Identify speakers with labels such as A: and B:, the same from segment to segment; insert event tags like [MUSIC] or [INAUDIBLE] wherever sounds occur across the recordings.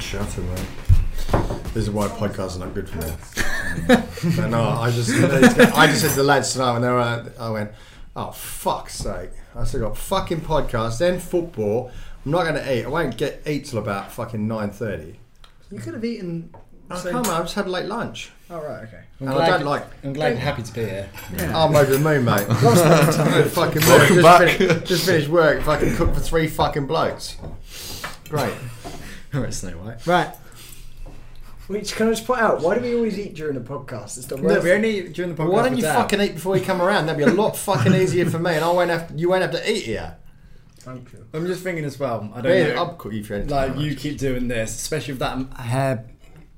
A: shouted, mate. This is why podcasts are not good for me. but no, I just, I just said to the lads tonight when they were, out, I went, oh fuck's sake! I still got fucking podcasts and football. I'm not going to eat. I won't get eat till about fucking nine thirty.
B: You could have eaten.
A: Oh,
B: so-
A: come on, I just had late lunch,
B: oh, right, okay.
C: I'm
A: and
C: glad,
A: I don't like.
C: I'm glad you're happy to be here.
B: Yeah.
A: I'm over the moon, mate. I'm fucking moon.
D: Welcome
A: just,
D: back.
A: Finished, just finished work. Fucking cooked for three fucking blokes.
C: [LAUGHS]
A: Great.
C: All right, Snow White.
B: Right. Which can I just point out? Why do we always eat during a podcast? It's not
C: No,
B: worth
C: we only during the podcast.
A: Why don't
C: we're
A: you
C: down.
A: fucking eat before you come around? That'd be a lot fucking easier for me, and I won't have. you won't have to eat here.
B: Thank you.
C: I'm just thinking as well. I don't
A: Man,
C: know.
A: I'll cook you for anything.
C: Like you keep doing this, especially with that um, hair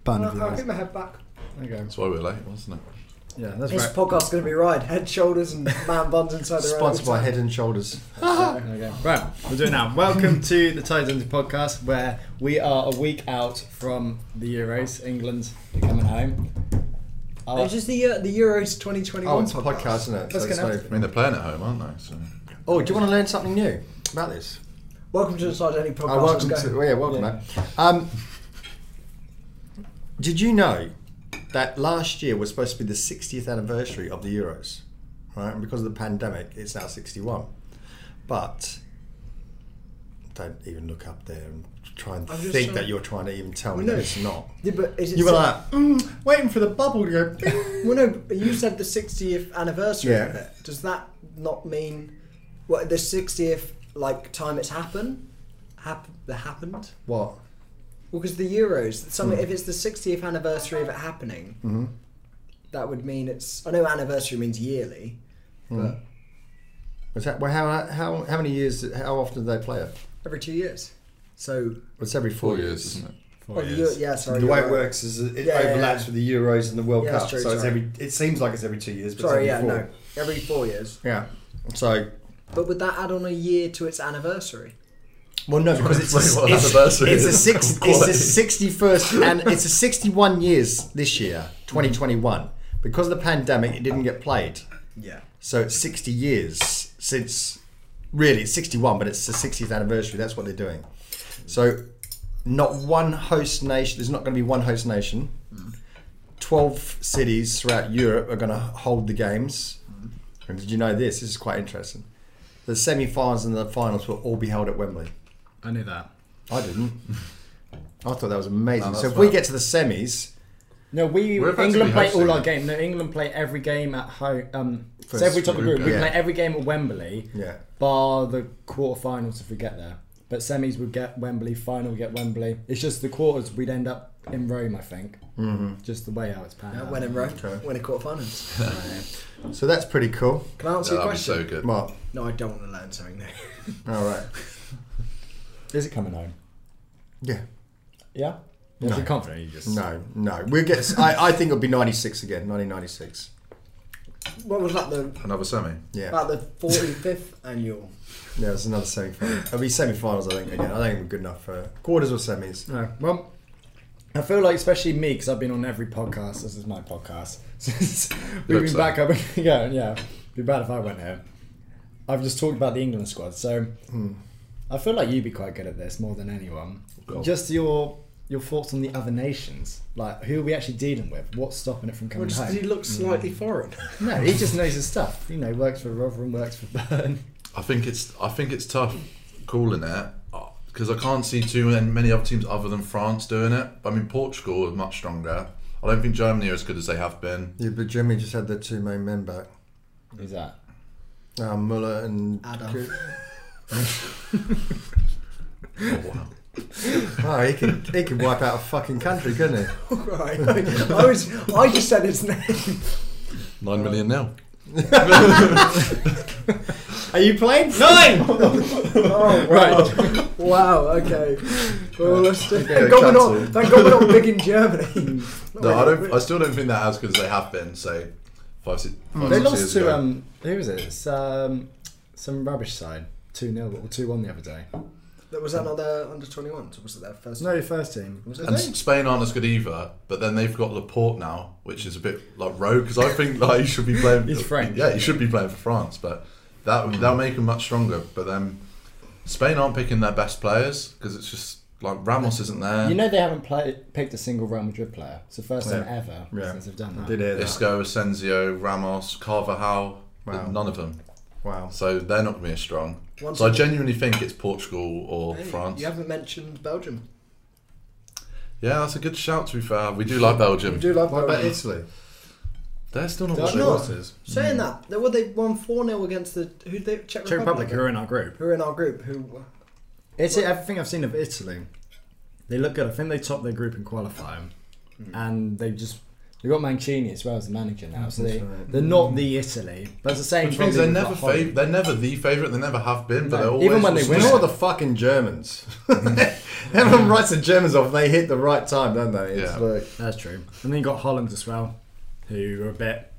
C: bun of
B: I'll, I'll
C: yours.
B: get my head back.
C: Okay.
D: That's why we're late, wasn't it?
C: Yeah, that's
B: This
C: right.
B: podcast's going to be right. Head, shoulders, [LAUGHS] and man buns inside the Ah,
A: Sponsored by
B: [LAUGHS]
A: Head and Shoulders.
C: Okay. Right, we'll do it now. Welcome to the Tides Under podcast, where we are a week out from the Euros. England are coming home. Our-
B: It's just the uh, the Euros 2021
A: Oh, it's a podcast, isn't it?
C: That's
A: it's
C: gonna
A: not
D: I
A: even-
D: mean, they're playing at home, aren't they? So
A: Oh, do you want to learn something new about this?
B: Welcome to the Side Any podcast.
A: Oh, welcome
B: Let's
A: to.
B: go.
A: well, yeah, welcome, mate. Um, did you know that last year was supposed to be the 60th anniversary of the Euros, right? And because of the pandemic, it's now 61. But don't even look up there and try and
B: I'm
A: think
B: just trying-
A: that you're trying to even tell me that
B: Well, no.
A: it's not.
B: Yeah, but is it
A: You were
B: si-
A: like, mm, waiting for the bubble to
B: [LAUGHS]
A: go. bing."
B: Well, no, but you said the 60th anniversary
A: Yeah.
B: of it. Does that not mean what the 60th like time it's happened? Hap- that happened?
A: what?
B: Well, because the Euros, some, if it's the 60th anniversary of it happening, that would mean it's. I know anniversary means yearly, but
A: Was that, well, how, how, how many years, how often do they play it?
B: every two years. So,
A: It's every four,
D: four years, isn't it?
C: Four
B: oh, the
C: years.
B: Euro- yeah, sorry.
A: the way
B: you're
A: it
B: right.
A: works is it
B: Yeah, yeah,
A: overlaps
B: yeah.
A: with the Euros and the World
B: Yeah, that's
A: Cup,
B: true,
A: so it's
B: sorry.
A: every. It seems like it's every two years, but it's
B: Sorry, yeah,
A: every
B: no.
A: four.
B: Every four years.
A: Yeah. So,
B: But would that add on a year to its anniversary?
A: well, no, because it's
D: Wait, what
A: it's,
D: anniversary
A: it's a
D: is it?
A: six, it's
D: Quality.
A: a sixty-first, and it's a sixty-one years this year, twenty twenty-one. Because of the pandemic, it didn't get played,
B: Yeah.
A: so it's sixty years since. Really, it's sixty-one, but it's the sixtieth anniversary. That's what they're doing. So, not one host nation. There's not going to be one host nation. Twelve cities throughout Europe are going to hold the games. And did you know this? This is quite interesting. The semi-finals and the finals will all be held at Wembley.
C: I knew that.
A: I didn't.
D: [LAUGHS]
A: I thought that was amazing.
D: No,
A: so
D: that's
A: if we
D: fine.
A: get to the semis,
C: No, we
D: We're about to
C: England
D: be
C: play all
D: hosting
C: our
D: it.
C: game. No, England play every game at home. Um, so
A: First
C: every top of the
D: group
C: group, we
A: game.
C: play
A: Yeah.
C: every game at Wembley,
A: yeah,
C: bar the quarterfinals if we get there. But semis would get Wembley, final would get Wembley. It's just the quarters we'd end up in Rome, I think. Mm-hmm. Just the way how it's panned out.
B: when in Rome,
A: okay.
B: when in quarterfinals.
A: so that's pretty cool.
B: Can I answer
D: That'd
B: your
D: be
B: question?
D: so good.
A: Mark,
B: No, I don't want to learn something new. [LAUGHS]
A: all right,
C: Is it coming home?
A: yeah,
C: Yeah.
A: No.
C: If you're confident, you just
A: no, no, we'll get. I, I think it'll be ninety six again, nineteen ninety six.
B: What was that? The
D: Another semi.
A: Yeah,
B: about the 45th annual.
A: yeah, it's another semi final. It'll be semi finals, I think. Again, I think we're good enough for quarters or semis.
C: No. Well, I feel like, especially me, because I've been on every podcast. This is my podcast. [LAUGHS] Since we've
D: Looks
C: been [LAUGHS]
D: like.
C: back up and going. Yeah, be bad if I went here. I've just talked about the England squad, so
D: Hmm.
C: I feel like you'd be quite good at this more than anyone.
D: Go.
C: Just your your thoughts on the other nations, like who are we actually dealing with? What's stopping it from coming
B: Which
C: home?
B: he looks slightly foreign.
C: Hmm. No, he just knows his stuff. You know, works for Rotherham, works for Burn.
D: I think it's I think it's tough calling it because I can't see too many- many other teams other than France doing it. I mean, Portugal are much stronger. I don't think Germany are as good as they have been.
A: Yeah, but Germany just had their two main men back,
C: [LAUGHS] Who's that?
A: uh, Muller and
B: Adam.
D: Oh, wow.
A: [LAUGHS] Oh, he could he could wipe out a fucking country, couldn't he?
B: [LAUGHS] right. I was. I just said his name.
D: Nine million now.
A: Are you playing
C: [LAUGHS]
A: nine?
B: Oh,
C: Right.
D: [LAUGHS] Oh.
B: wow. Okay. Well, let's do.
A: Okay,
B: Thank God we're
A: cancelled.
B: not. Thank God we're not big in Germany.
D: No, I don't. I still don't think they're as good as they have been. So five, six, five,
C: They
D: six
C: lost
D: years
C: to
D: ago.
C: um, who was it? It's, um, some rubbish side, two 0 or two one the other day.
B: was that not their under 21s? Was it their first?
C: No, your first team. Was it?
D: And Spain aren't as good either, but then they've got Laporte now, which is a bit like rogue because I think [LAUGHS] like he should be playing.
C: He's French.
D: Yeah, he should be playing for France, but um, that that'll make him much stronger. But then Spain aren't picking their best players because it's just Like Ramos isn't there.
C: You know they haven't played, picked a single Real Madrid player. It's the first time
A: Yeah.
C: ever
A: Yeah.
C: since they've done that.
A: Did hear that.
D: Isco, Asensio, Ramos, Carvajal.
A: Wow.
D: None of them.
A: Wow.
D: So they're not going to be as strong.
B: Once
D: so I
B: again-
D: genuinely think it's Portugal or
B: Hey,
D: France.
B: You haven't mentioned Belgium.
D: Yeah, that's a good shout. To be fair, we do like
B: We
D: Belgium.
B: do love
A: What
B: Belgium.
A: about Italy?
D: They're still not.
C: They're
D: what they
B: not.
D: were.
B: Saying that, they, well, they won 4 0 against the who they, Czech,
C: Czech Republic,
B: Republic.
C: who are in our group.
B: who are in our group. Who
C: It's everything I've seen of Italy. They look good. I think they topped their group in qualifying, and they just they got Mancini as well as the manager now. So they
A: That's right.
C: they're not the Italy, but it's the same.
D: Which means they're
C: problem
D: never
C: with Holland.
D: fav- They're never the favourite. They never have been. But
C: No,
D: they're always
C: even when they
A: We
C: win
D: just-
A: know the fucking Germans. [LAUGHS] Everyone writes the Germans off. They hit the right time, don't they? It's
D: Yeah.
A: like
C: That's true. And then you got Holland as well, who were a bit,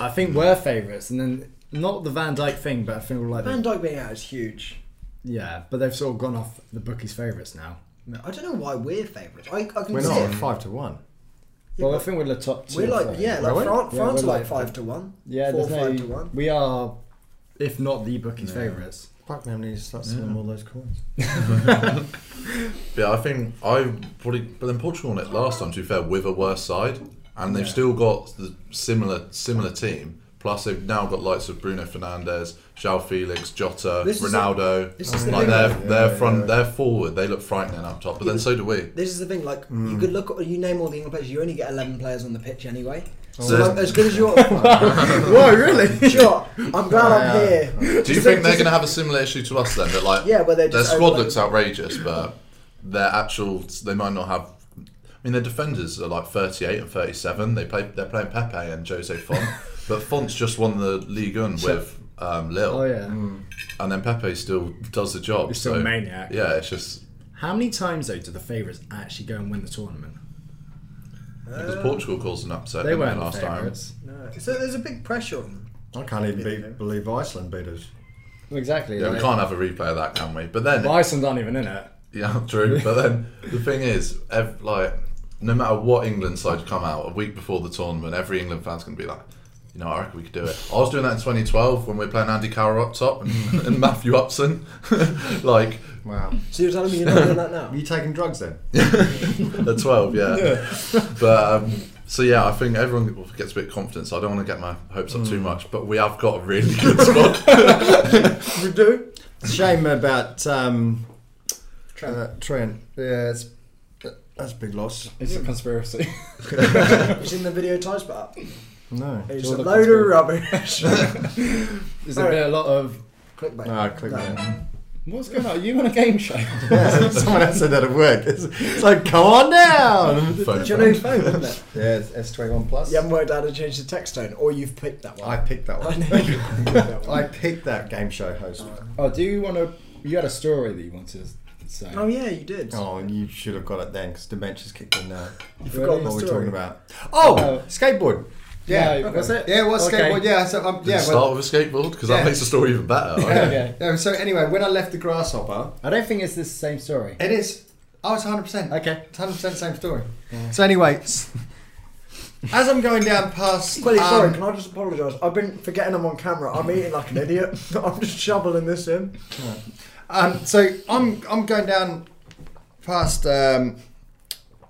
C: I think,
A: Hmm.
C: were favourites. And then not the Van Dyke thing, but I think like
B: Van
C: they,
B: Dijk being out is huge.
C: yeah, but they've sort of gone off the bookies' favourites now.
B: I don't know why we're favourites. I, I can
A: we're
B: see
A: not
B: it.
A: five to one.
B: Yeah,
C: well, I
B: but
C: think we're the top two.
B: We're
C: or
B: like
C: three.
B: yeah,
A: Are we?
B: like France, France
C: Yeah,
B: are
C: we're
B: like
C: like-
B: five to one.
C: yeah,
B: four
C: there's
B: five
C: no,
B: to one.
C: we are, if not the bookies' favourites.
A: Fuck me, I'm going to start selling all those coins.
D: Yeah, I think I probably. But then Portugal won it last time. To be fair, with a worse side, and they've still got the similar similar team. Plus, they've now got likes of Bruno Fernandes, João Felix, Jota,
B: This is
D: Ronaldo.
B: this is the
D: like
B: thing.
D: they're
A: Yeah,
D: they're
A: yeah,
D: front,
A: yeah.
D: they're forward. They look frightening up top. But then so do we.
B: This is the thing. Like
C: Hmm.
B: you could look, at- you name all the England players. You only get eleven players on the pitch anyway. So
D: there's-
B: like, as good as you're.
C: [LAUGHS]
B: Whoa,
A: Oh,
B: really? Sure. I'm glad I'm here.
D: Do you think they're going to have a similar issue to us then? That like,
B: Yeah, where they're
D: their
B: just
D: squad
B: overloaded.
D: looks outrageous, but their actual they might not have. I mean, their defenders are like 38 and 37. They play they're playing Pepe and Jose
C: [LAUGHS]
D: Font, but Font's just won the League Un with um, Lille,
C: Oh yeah.
A: Hmm.
D: and then Pepe still does the job.
C: He's still
D: so-
C: a maniac.
D: Yeah, it's just
C: How many times though do the favourites actually go and win the tournament?
D: because Portugal caused an upset
C: Uh, They
D: didn't
C: weren't
D: last
C: the favourites.
B: No. So there's a big pressure on them.
A: I can't even be, believe Iceland beat us.
C: Well, exactly.
D: time. Yeah, we
C: like-
D: can't have a replay of that, can we? But then
C: Well, Iceland aren't even in it.
D: Yeah, [LAUGHS] true. But then the thing is, ev- like, no matter what England side come out a week before the tournament, every England fan's gonna be like, you know, I reckon we could do it. I was doing that in 2012 when we were playing Andy Carroll up top and, [LAUGHS] and Matthew Upson. like
A: Wow.
B: So you're telling me you're not doing that now?
A: Are you taking drugs then?
D: at 12, yeah. [LAUGHS] But um, so yeah, I think everyone gets a bit confident. So I don't want to get my hopes up
A: Hmm.
D: too much. But we have got a really good
A: [LAUGHS]
B: [LAUGHS]
D: squad.
B: You do.
A: Uh, Shame about um,
B: Trent.
A: [LAUGHS] Uh, Trent. Yeah, it's, that's a big loss.
C: It's a conspiracy. [LAUGHS]
B: You seen the video ties but
A: No.
B: It's
C: all
B: a
C: the
B: load of rubbish. [LAUGHS]
C: There's a, bit, a lot of
B: Clickbait.
A: No, Ah, click that.
C: what's going on? Are you on a game show?
A: Yeah, [LAUGHS] someone else said that at work. It's, it's like, come on down.
D: Phone
B: It's
A: [LAUGHS]
B: your
D: friend.
B: new phone, isn't it?
A: Yeah, it's S21 Plus.
B: You haven't worked out how to change the text tone, or you've picked that one.
A: I picked that
B: [LAUGHS] I
A: one.
B: know you picked that
A: I
B: one.
A: picked that game show host.
C: [LAUGHS] Oh, do you want to? You had a story that you wanted to say.
B: Oh yeah, you did.
A: Oh, and you should have got it then because dementia's kicked in now.
B: you
C: really?
B: forgot the
A: What are we
B: story.
A: talking about? Oh,
C: Oh.
A: skateboard. Yeah,
C: Yeah, was it?
A: Yeah, it was
C: Okay.
A: skateboard. Yeah, so um,
D: Did
A: yeah.
D: you
A: well-
D: start with a skateboard because
A: Yeah.
D: that makes the story even better.
A: yeah.
D: right?
C: [LAUGHS] Okay.
A: No, so anyway, when I left the grasshopper,
C: I don't think it's the same story.
A: it is. Oh, it's 100. percent
C: Okay.
A: It's 100 percent same story. So anyway, s- as I'm going down past,
B: Quilly, sorry,
A: um,
B: can I just apologise? I've been forgetting I'm on camera. I'm eating like an idiot. [LAUGHS] I'm just shoveling this in.
A: Um, so I'm I'm going down past. Um,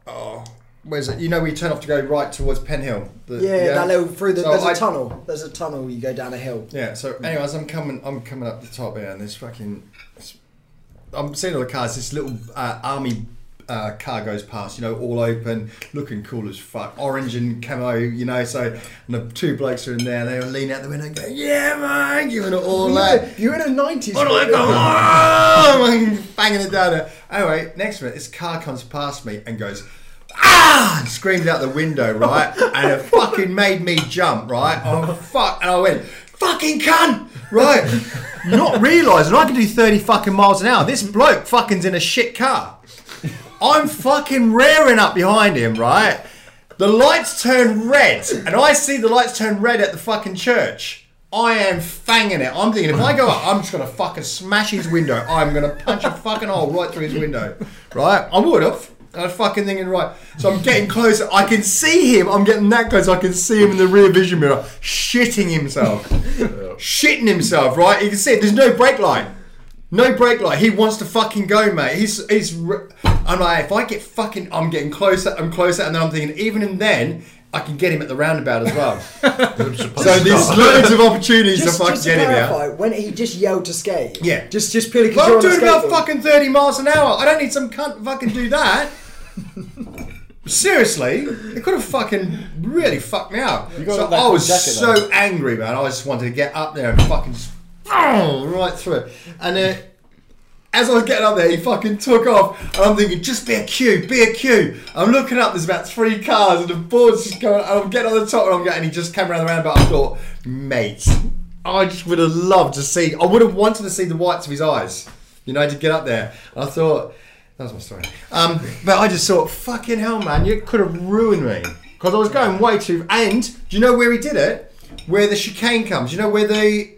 A: oh, where's it? You know, we turn off to go right towards Penhill. The,
B: Yeah, that little through the.
A: So
B: there's a
A: I-
B: tunnel. There's a tunnel. You go down a hill.
A: Yeah. So, anyways, I'm coming. I'm coming up the top here, and this fucking. I'm seeing all the cars. This little uh, army uh, car goes past. You know, all open, looking cool as fuck, orange and camo. You know, so and the two blokes are in there. and They all lean out the window, and go, "Yeah, man," giving it all that.
B: You're in a nineties.
A: What do I go? [LAUGHS] "Oh," and Banging it down. there. Anyway, next minute, this car comes past me and goes, ah! And screamed out the window, right? And it fucking made me jump, right? Oh, fuck. And I went, fucking cunt! Right? Not realising I can do 30 fucking miles an hour. This bloke fucking's in a shit car. I'm fucking rearing up behind him, right? The lights turn red, and I see the lights turn red at the fucking church. I am fanging it. I'm thinking, if I go up, I'm just gonna fucking smash his window. I'm gonna punch a fucking hole right through his window, right? I would have. And I'm fucking thinking, right. So I'm getting closer. I can see him. I'm getting that close. I can see him in the rear vision mirror, shitting himself, shitting himself. Right? You can see it. There's no brake light. No brake light. He wants to fucking go, mate. He's he's. r- I'm like, if I get fucking, I'm getting closer, I'm closer, and then I'm thinking, even in then, I can get him at the roundabout as
B: [LAUGHS]
A: well. so there's loads of opportunities
B: Just,
A: to fucking
B: just to
A: get him out.
B: clarify, when he just yelled to skate.
A: Yeah.
B: Just just purely because
A: Well, I'm
B: you're
A: doing
B: on
A: about
B: a skateboard.
A: fucking 30 miles an hour. I don't need some cunt to fucking do that. Seriously, it could have fucking really fucked me up.
C: got
A: So
C: that
A: I was
C: jacket,
A: so
C: though.
A: angry, man. I just wanted to get up there and fucking just [CLEARS THROAT] oh, right through it. And uh, as I was getting up there, he fucking took off. And I'm thinking, just be a queue, be a queue. I'm looking up, there's about three cars, and the board's just going. And I'm getting on the top, and I'm getting. And he just came around the roundabout. I thought, mate, I just would have loved to see. I would have wanted to see the whites of his eyes. You know, to get up there. And I thought. That was my story. Um, but I just thought, fucking hell, man, you could have ruined me because I was going way too. And do you know where he did it? Where the chicane comes. You know where the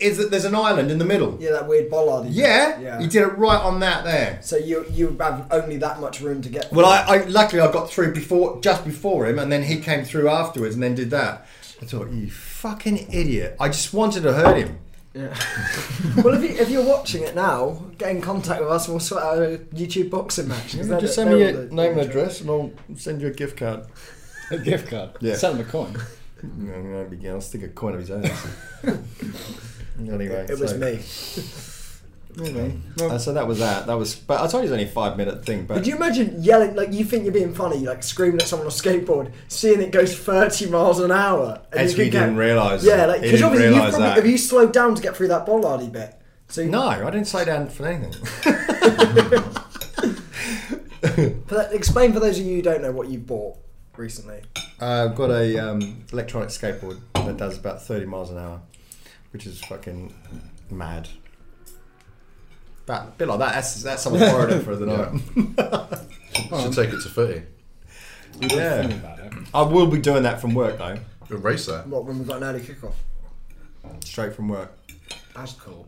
A: is that there's an island in the middle.
B: Yeah, that weird bollard. he did.
A: Yeah,
B: Yeah.
A: he did it right on that there.
B: So you you have only that much room to get.
A: Well, I, I luckily I got through before, just before him, and then he came through afterwards, and then did that. I thought, you fucking idiot! I just wanted to hurt
B: [LAUGHS]
A: him. [LAUGHS]
B: well, if, you, if you're watching it now, get in contact with us and we'll sort out a YouTube boxing match. 'cause they're- they're all the-
A: and I'll send you a gift card.
C: A [LAUGHS] gift card.
A: Yeah.
C: Sell him a coin.
A: No, no, it'd be- I'll stick a coin of
B: [LAUGHS]
A: his own. anyway,
B: It was
A: so-
B: me.
A: Anyway, uh, so that was that. That was, but I told you it was only a five minute thing. But
B: Could you imagine yelling like you think you're being funny, like screaming at someone on a skateboard, seeing it goes 30 miles an hour? and
A: As
B: you
A: we
B: think,
A: didn't
B: like-
A: realise.
B: Yeah,
A: He
B: like because
A: didn't
B: obviously you
A: realise
B: probably
A: that.
B: have you slowed down to get through that bollardy bit. So you,
A: no, I didn't slow down for anything.
B: but that- explain for those of you who don't know what you bought recently.
A: Uh, I've got a um, electronic skateboard that does about thirty miles an hour, which is fucking mad. About a bit like that. That's, that's someone borrowed it for the night.
D: Should take it to footy.
C: Think
A: Yeah,
C: about it.
A: I will be doing that from work though,
D: Erase that.
B: What when we got an early kickoff?
A: straight from work.
B: That's cool.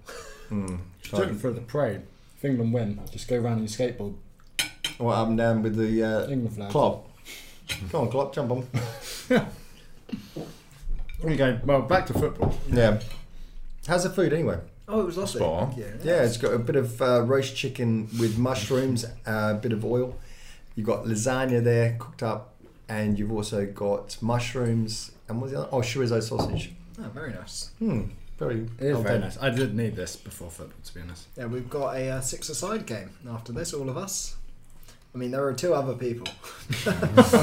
C: Do it for the parade. If England win, just go round on your [LAUGHS] skateboard.
A: Well, I'm down with the
C: England
A: uh,
C: flag.
A: Klopp. Come on, Klopp, jump on.
C: There you go. Well, back to football.
A: Yeah. How's the food anyway?
B: Oh, it was last week.
D: Spot on.
B: Yeah.
A: Yeah, it's got a bit of uh, roast chicken with mushrooms, uh, a bit of oil. You've got lasagna there cooked up, and you've also got mushrooms and what's the other? Oh, chorizo sausage.
B: Oh, very nice.
A: Hmm, very,
C: It is
A: okay.
C: very nice. Oh, I did need this before football, to be honest.
B: Yeah, we've got a uh, six-a-side game after this. All of us. I mean, there are two other people.
A: Oh,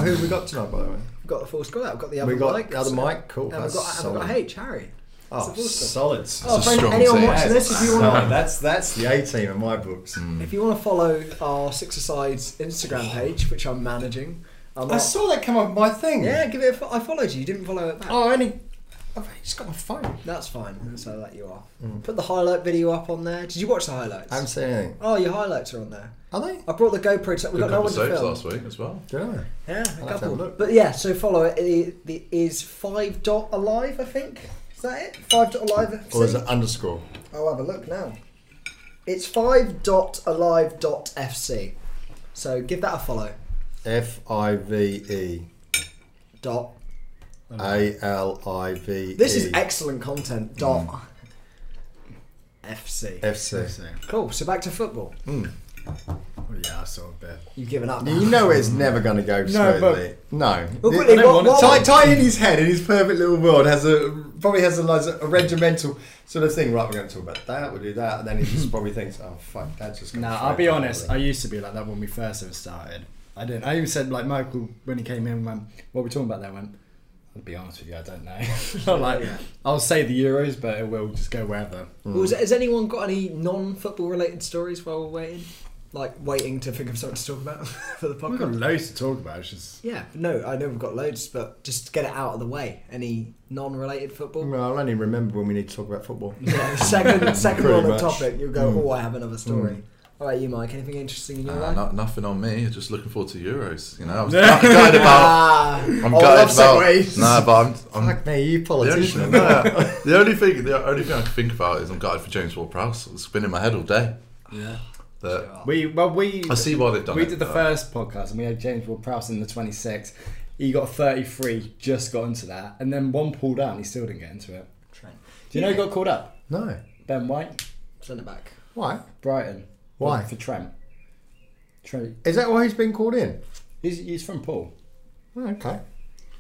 A: who have we got tonight, by the way?
B: We've got the full squad. out. We've got the other
A: We got
B: Mike.
A: the other Mike. Cool.
B: And we've
A: that's
B: got, and we've got
A: solid.
B: H Harry.
A: Oh,
B: It's a full
A: solid.
B: Oh,
D: a
B: friend,
D: strong
B: anyone
D: team.
B: watching this, if you
C: [LAUGHS]
B: want
A: Solid. That's that's the A team in my books.
B: to, if you want to follow our Six Asides Instagram page, which I'm managing, I'm
A: I
B: not-
A: saw that come up with my thing.
B: Yeah, give it. A fo- I followed you. You didn't follow it back.
A: Oh, I only. I've only just got my phone.
B: That's fine.
A: Mm.
B: That's how that you are. Put the highlight video up on there. Did you watch the highlights?
A: I haven't seen anything. Oh.
B: oh, your highlights are on there.
A: Are they?
B: I brought the GoPro. To, we got
D: Good
B: no one to
D: episodes
A: um,
B: film.
D: last week as well.
A: Don't know.
B: Yeah, a
A: have to
B: couple.
A: have a look.
B: But yeah, so follow it. It, it is five dot alive. I think is that it. Five dot alive. FC?
A: Or is it underscore?
B: I'll have a look now. It's five dot alive dot fc. So give that a follow.
A: F I V E.
B: Dot.
A: A L I V. E
B: This is excellent content. Dot.
A: Mm.
B: FC.
A: FC.
C: So,
B: Cool. So back to football.
C: well, yeah, I saw a bit.
B: You've given up.
A: You know it's never going to go smoothly. No.
B: Well, quickly,
C: I don't
B: what,
C: want it.
B: what,
A: Ty, Ty in his head, in his perfect little world, has a probably has a, like, a regimental sort of thing. Right, we're going to talk about that. We'll do that, and then he just probably thinks, "Oh fuck, that's just."
C: No,
A: gonna
C: I'll
A: fade
C: be
A: out
C: honest. I
A: really."
C: used to be like that when we first ever started. I didn't. I even said like Michael when he came in. Went, what are we talking about there? Went. I'll be honest with you. I don't know. [LAUGHS] I'm like, I'll say the Euros, but it will just go wherever.
D: Mm.
B: was, has anyone got any non-football related stories while we're waiting? Like waiting to think of something to talk about [LAUGHS] for the
C: We've
B: podcast.
C: got loads to talk about. It's just
B: Yeah, no, I know we've got loads, but just to get it out of the way. Any non-related
C: Mm.
B: football?
A: Well, I'll only remember when we need to talk about football.
B: [LAUGHS] Yeah,
C: [LAUGHS]
B: second, second
A: Pretty
B: on the
A: much.
B: topic, you'll go.
C: Mm.
B: Oh, I have another story. All right, you, Mike. Anything interesting in your
D: Uh,
B: life?
D: not, nothing on me. Just looking forward to Euros. You know, I'm gutted about.
B: Ah,
D: I'm
B: oh,
D: gutted
B: love
D: about.
B: segues.
D: Nah, but I'm. I'm
A: Fuck me, you
D: the only,
A: politician. [LAUGHS]
D: no, the only thing, the only thing I can think about is I'm gutted for James Ward-Prowse. It's been in my head all day.
C: yeah.
D: That
B: oh,
C: We well we
D: I see why they've done
C: we
D: it.
C: did the
D: but-
C: first podcast and we had James Ward Prowse in the 26. He got 33, just got into that, and then one pulled out and he still didn't get into it.
B: Trent,
C: Do you know who got called up?
A: No,
C: Ben White,
B: send it back.
A: why?
C: Brighton.
A: Why?
C: For Trent. Trey,
A: Is that why he's been called in?
C: he's, he's from Paul.
A: Oh, okay.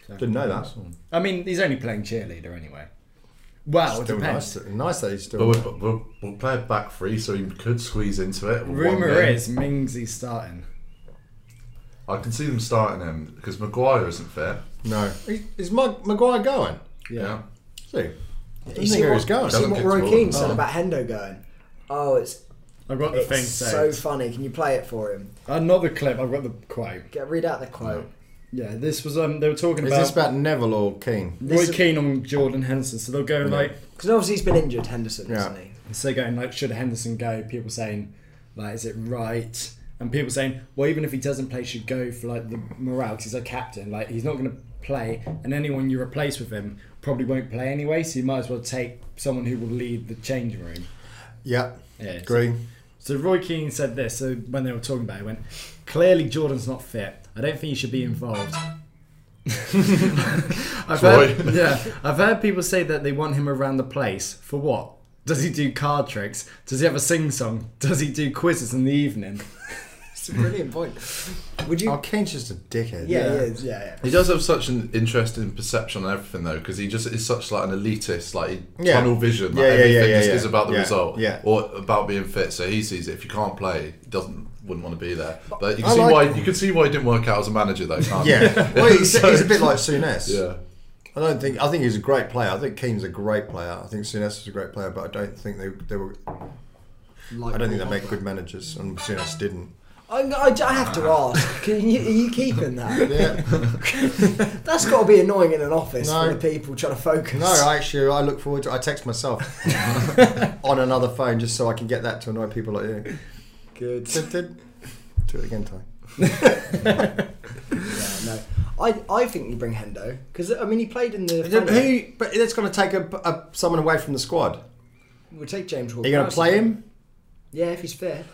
C: so-
A: Didn't know that.
C: I mean, he's only playing cheerleader anyway. Well, it
A: Still nice,
C: depends.
A: that- nice that he's still.
D: But we'll, we'll, we'll play it back free, so he could squeeze into it. with one
C: Rumor
D: game.
C: is Mingsy's starting.
D: I can see them starting him because Maguire isn't fit.
A: no. Is, is Mag- Maguire going?
D: Yeah.
A: See,
B: You
A: see
B: see
A: where
B: what,
A: he's going.
B: see
D: Doesn't
B: what
D: kick
B: Roy
D: forward.
B: Keane said
C: Oh.
B: about Hendo going. Oh, it's
C: I've got the thing
B: it's so
C: saved.
B: funny. Can you play it for him?
C: Another clip. I've got the quote.
B: Get read out the quote.
C: Yeah, this was um. They were talking
A: Is
C: about,
A: this about Neville or Keane?
B: This
C: Roy
B: is-
C: Keane on Jordan Henderson. So they're going like,
B: Because obviously he's been injured, Henderson,
A: Yeah.
B: isn't he?
C: so they're going like, should Henderson go? People saying, like, is it right? And people saying, well, even if he doesn't play, should go for like the morale 'cause he's a captain. Like he's not going to play, and anyone you replace with him probably won't play anyway. So you might as well take someone who will lead the change room.
A: Yeah.
C: Yeah, so
A: Agree.
C: So Roy Keane said this. So when they were talking about it, he went clearly Jordan's not fit. I don't think he should be involved. I've heard,
D: Roy.
C: yeah, I've heard people say that they want him around the place for what? Does he do card tricks? Does he have a sing song? Does he do quizzes in the evening?
B: It's a brilliant point. Would you?
A: Oh, Keane's just a dickhead.
B: yeah,
C: yeah.
B: he is. Yeah, yeah.
D: He does have such an interesting perception on everything though, because he just is such like an elitist, like
A: Yeah.
D: tunnel vision. Like
A: Yeah, yeah,
D: everything
A: yeah, yeah,
D: just
A: yeah.
D: is about the
A: Yeah,
D: result,
A: yeah.
D: or about being fit. So he sees it. if you can't play, he doesn't wouldn't want to be there. But you can
A: I
D: see
A: like-
D: why you can see why he didn't work out as a manager though. Can't
A: [LAUGHS]
D: you?
A: Yeah. Well,
D: [LAUGHS]
A: he's,
D: So-
A: he's a bit like Souness.
D: yeah.
A: I don't think. I think he's a great player. I think Keane's a great player. I think Souness is a great player, but I don't think they, they were.
B: Like
A: I don't think they
B: Paul
A: make
B: Pogba.
A: good managers, and Souness didn't.
B: I, I, I have to ask. Can you, are you keeping that?
A: Yeah.
B: That's got to be annoying in an office
A: No.
B: for the people trying to
A: [LAUGHS]
B: focus.
A: No, I actually, I look forward to. I text myself [LAUGHS] on another phone just so I can get that to annoy people like you.
B: Good.
A: Did- did- Do it again, Ty.
B: Yeah, no. I, I think you bring Hendo because I mean he played in the. friendly.
A: Who? But that's going to take a, a, someone away from the squad.
B: We'll take James.
A: Are you going to play him?
B: Yeah, if he's fit.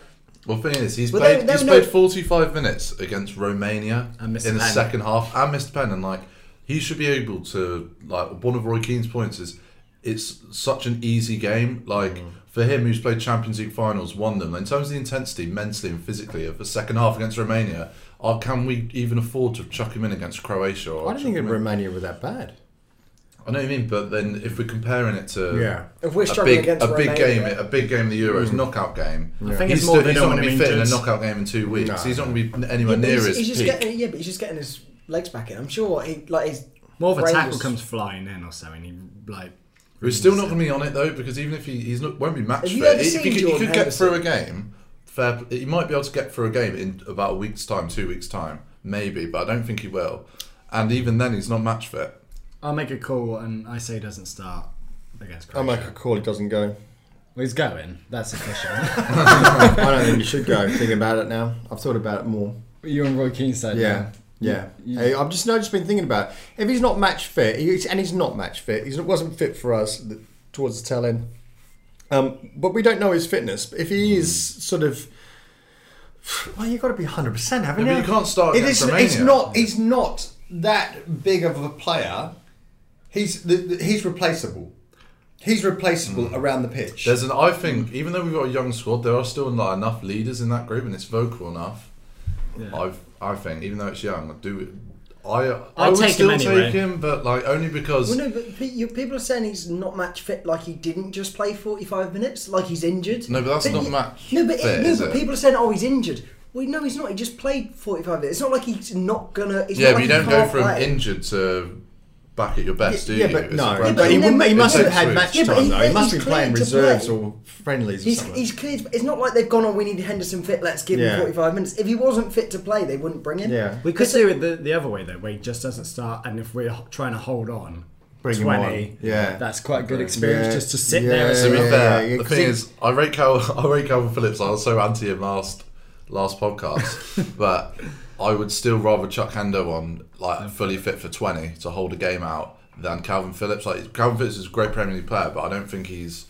D: Well, thing is, he's
B: Well,
D: played.
B: they- they
D: he's
B: were
D: played
B: no-
D: forty-five minutes against Romania
C: And missed a
D: in the
C: pen.
D: second half, and missed a pen. And like, he should be able to like one of Roy Keane's points is it's such an easy game. Like
A: Mm.
D: for him, who's played Champions League finals, won them. In terms of the intensity, mentally and physically, of the second half against Romania, or can we even afford to chuck him in against Croatia? Or
A: I don't
D: chuck
A: think
D: him in-
A: Romania were that bad.
D: I know what you mean, but then if we're comparing it to
B: If we're
D: a
B: struggling
D: big,
B: against Hmm.
D: a big
B: Romania,
D: game, a big game in the Euros, knockout game.
C: I think
D: he's
C: it's more
D: still-
C: they
D: he's
C: don't want
D: not going to
C: him
D: be fit in a
C: injured.
D: knockout game in two weeks.
A: No.
D: he's not going to be
B: Yeah,
D: anywhere
B: but
D: near
B: he's,
D: his
B: he's just
D: peak.
B: getting yeah, but he's just getting his legs back in. I'm sure he like his
C: More of a
B: brain
C: tackle
B: was-
C: comes flying in or so, and he like.
D: We're still not going to be on it though, because even if he he's not, won't be match
B: Have
D: fit,
B: you ever
D: if he
B: seen
D: could, he
B: Jordan
D: could get
B: Henderson?
D: through a game. Fair, pl- he might be able to get through a game in about a week's time, two weeks time, maybe, but I don't think he will. And even then, he's not match fit.
C: I'll make a call, and I say he doesn't start against
A: I'll
C: Croatia.
A: make a call. He doesn't [LAUGHS] go.
C: well, he's going. That's official.
A: I don't think you should go. Thinking about it now, I've thought about it more.
C: you and Roy Keane said,
A: Yeah. Yeah, Hey, I've just no, I've just been thinking about it. if he's not match fit, he's, and he's not match fit. He wasn't fit for us th- towards the tail end. Um, but we don't know his fitness. But if he is sort of, well, you've got to be hundred percent, haven't
D: Yeah,
A: you?
D: but you can't start
A: It
D: against
A: is.
D: Romania.
A: He's not. He's not that big of a player. He's the, the, he's replaceable. He's replaceable around the pitch.
D: There's an I think even though we've got a young squad, there are still not enough leaders in that group, and it's vocal enough.
C: Yeah.
D: I've I think even though it's young, I do. I I
C: I'd
D: would
C: take him
D: still
C: anyway.
D: take him, but like only because
B: Well, no, but pe- you, people are saying he's not match fit. Like he didn't just play 45 minutes. Like he's injured.
D: No, but that's not
B: you-
D: match
B: No, but, it-
D: fit,
B: no,
D: is
B: but
D: it?
B: people are saying, oh, he's injured. Well, no, he's not. He just played 45 minutes. It's not like he's not gonna. It's
D: yeah,
B: not
D: but
B: like
D: you
B: he
D: don't go
B: can't
D: from
B: play.
D: injured to back at your best, do
A: yeah,
D: you?
A: but
D: It's a
A: no,
D: brand-
A: but he,
B: Yeah,
A: wouldn't- he
B: but
A: must have
D: it's
A: had
D: six
A: match
D: weeks.
B: Yeah, but
A: time
B: he-
A: though. He must be
B: he's
A: playing
B: cleared to
A: reserves
B: play.
A: or friendlies. Or
B: He's,
A: something.
B: he's cleared. It's not like they've gone, oh, we need Henderson fit. Let's give
A: Yeah.
B: him 45 minutes. If he wasn't fit to play, they wouldn't bring him.
A: Yeah.
C: We could do it the, the other way though, where he just doesn't start, and if we're h- trying to hold on,
A: Bring him
C: twenty,
A: on. Yeah.
C: that's quite a good experience just to sit there.
A: Yeah.
C: And
D: To be
C: sit
D: fair,
A: yeah,
D: the
A: 'cause
D: thing
A: he-
D: is, I rate Cal, I rate Calvin [LAUGHS] Phillips. I was so anti him last
A: [LAUGHS]
D: last podcast, but I would still rather chuck Hendo on like fully fit for twenty to hold a game out than Calvin Phillips. Like Calvin Phillips is a great Premier League player, but I don't think he's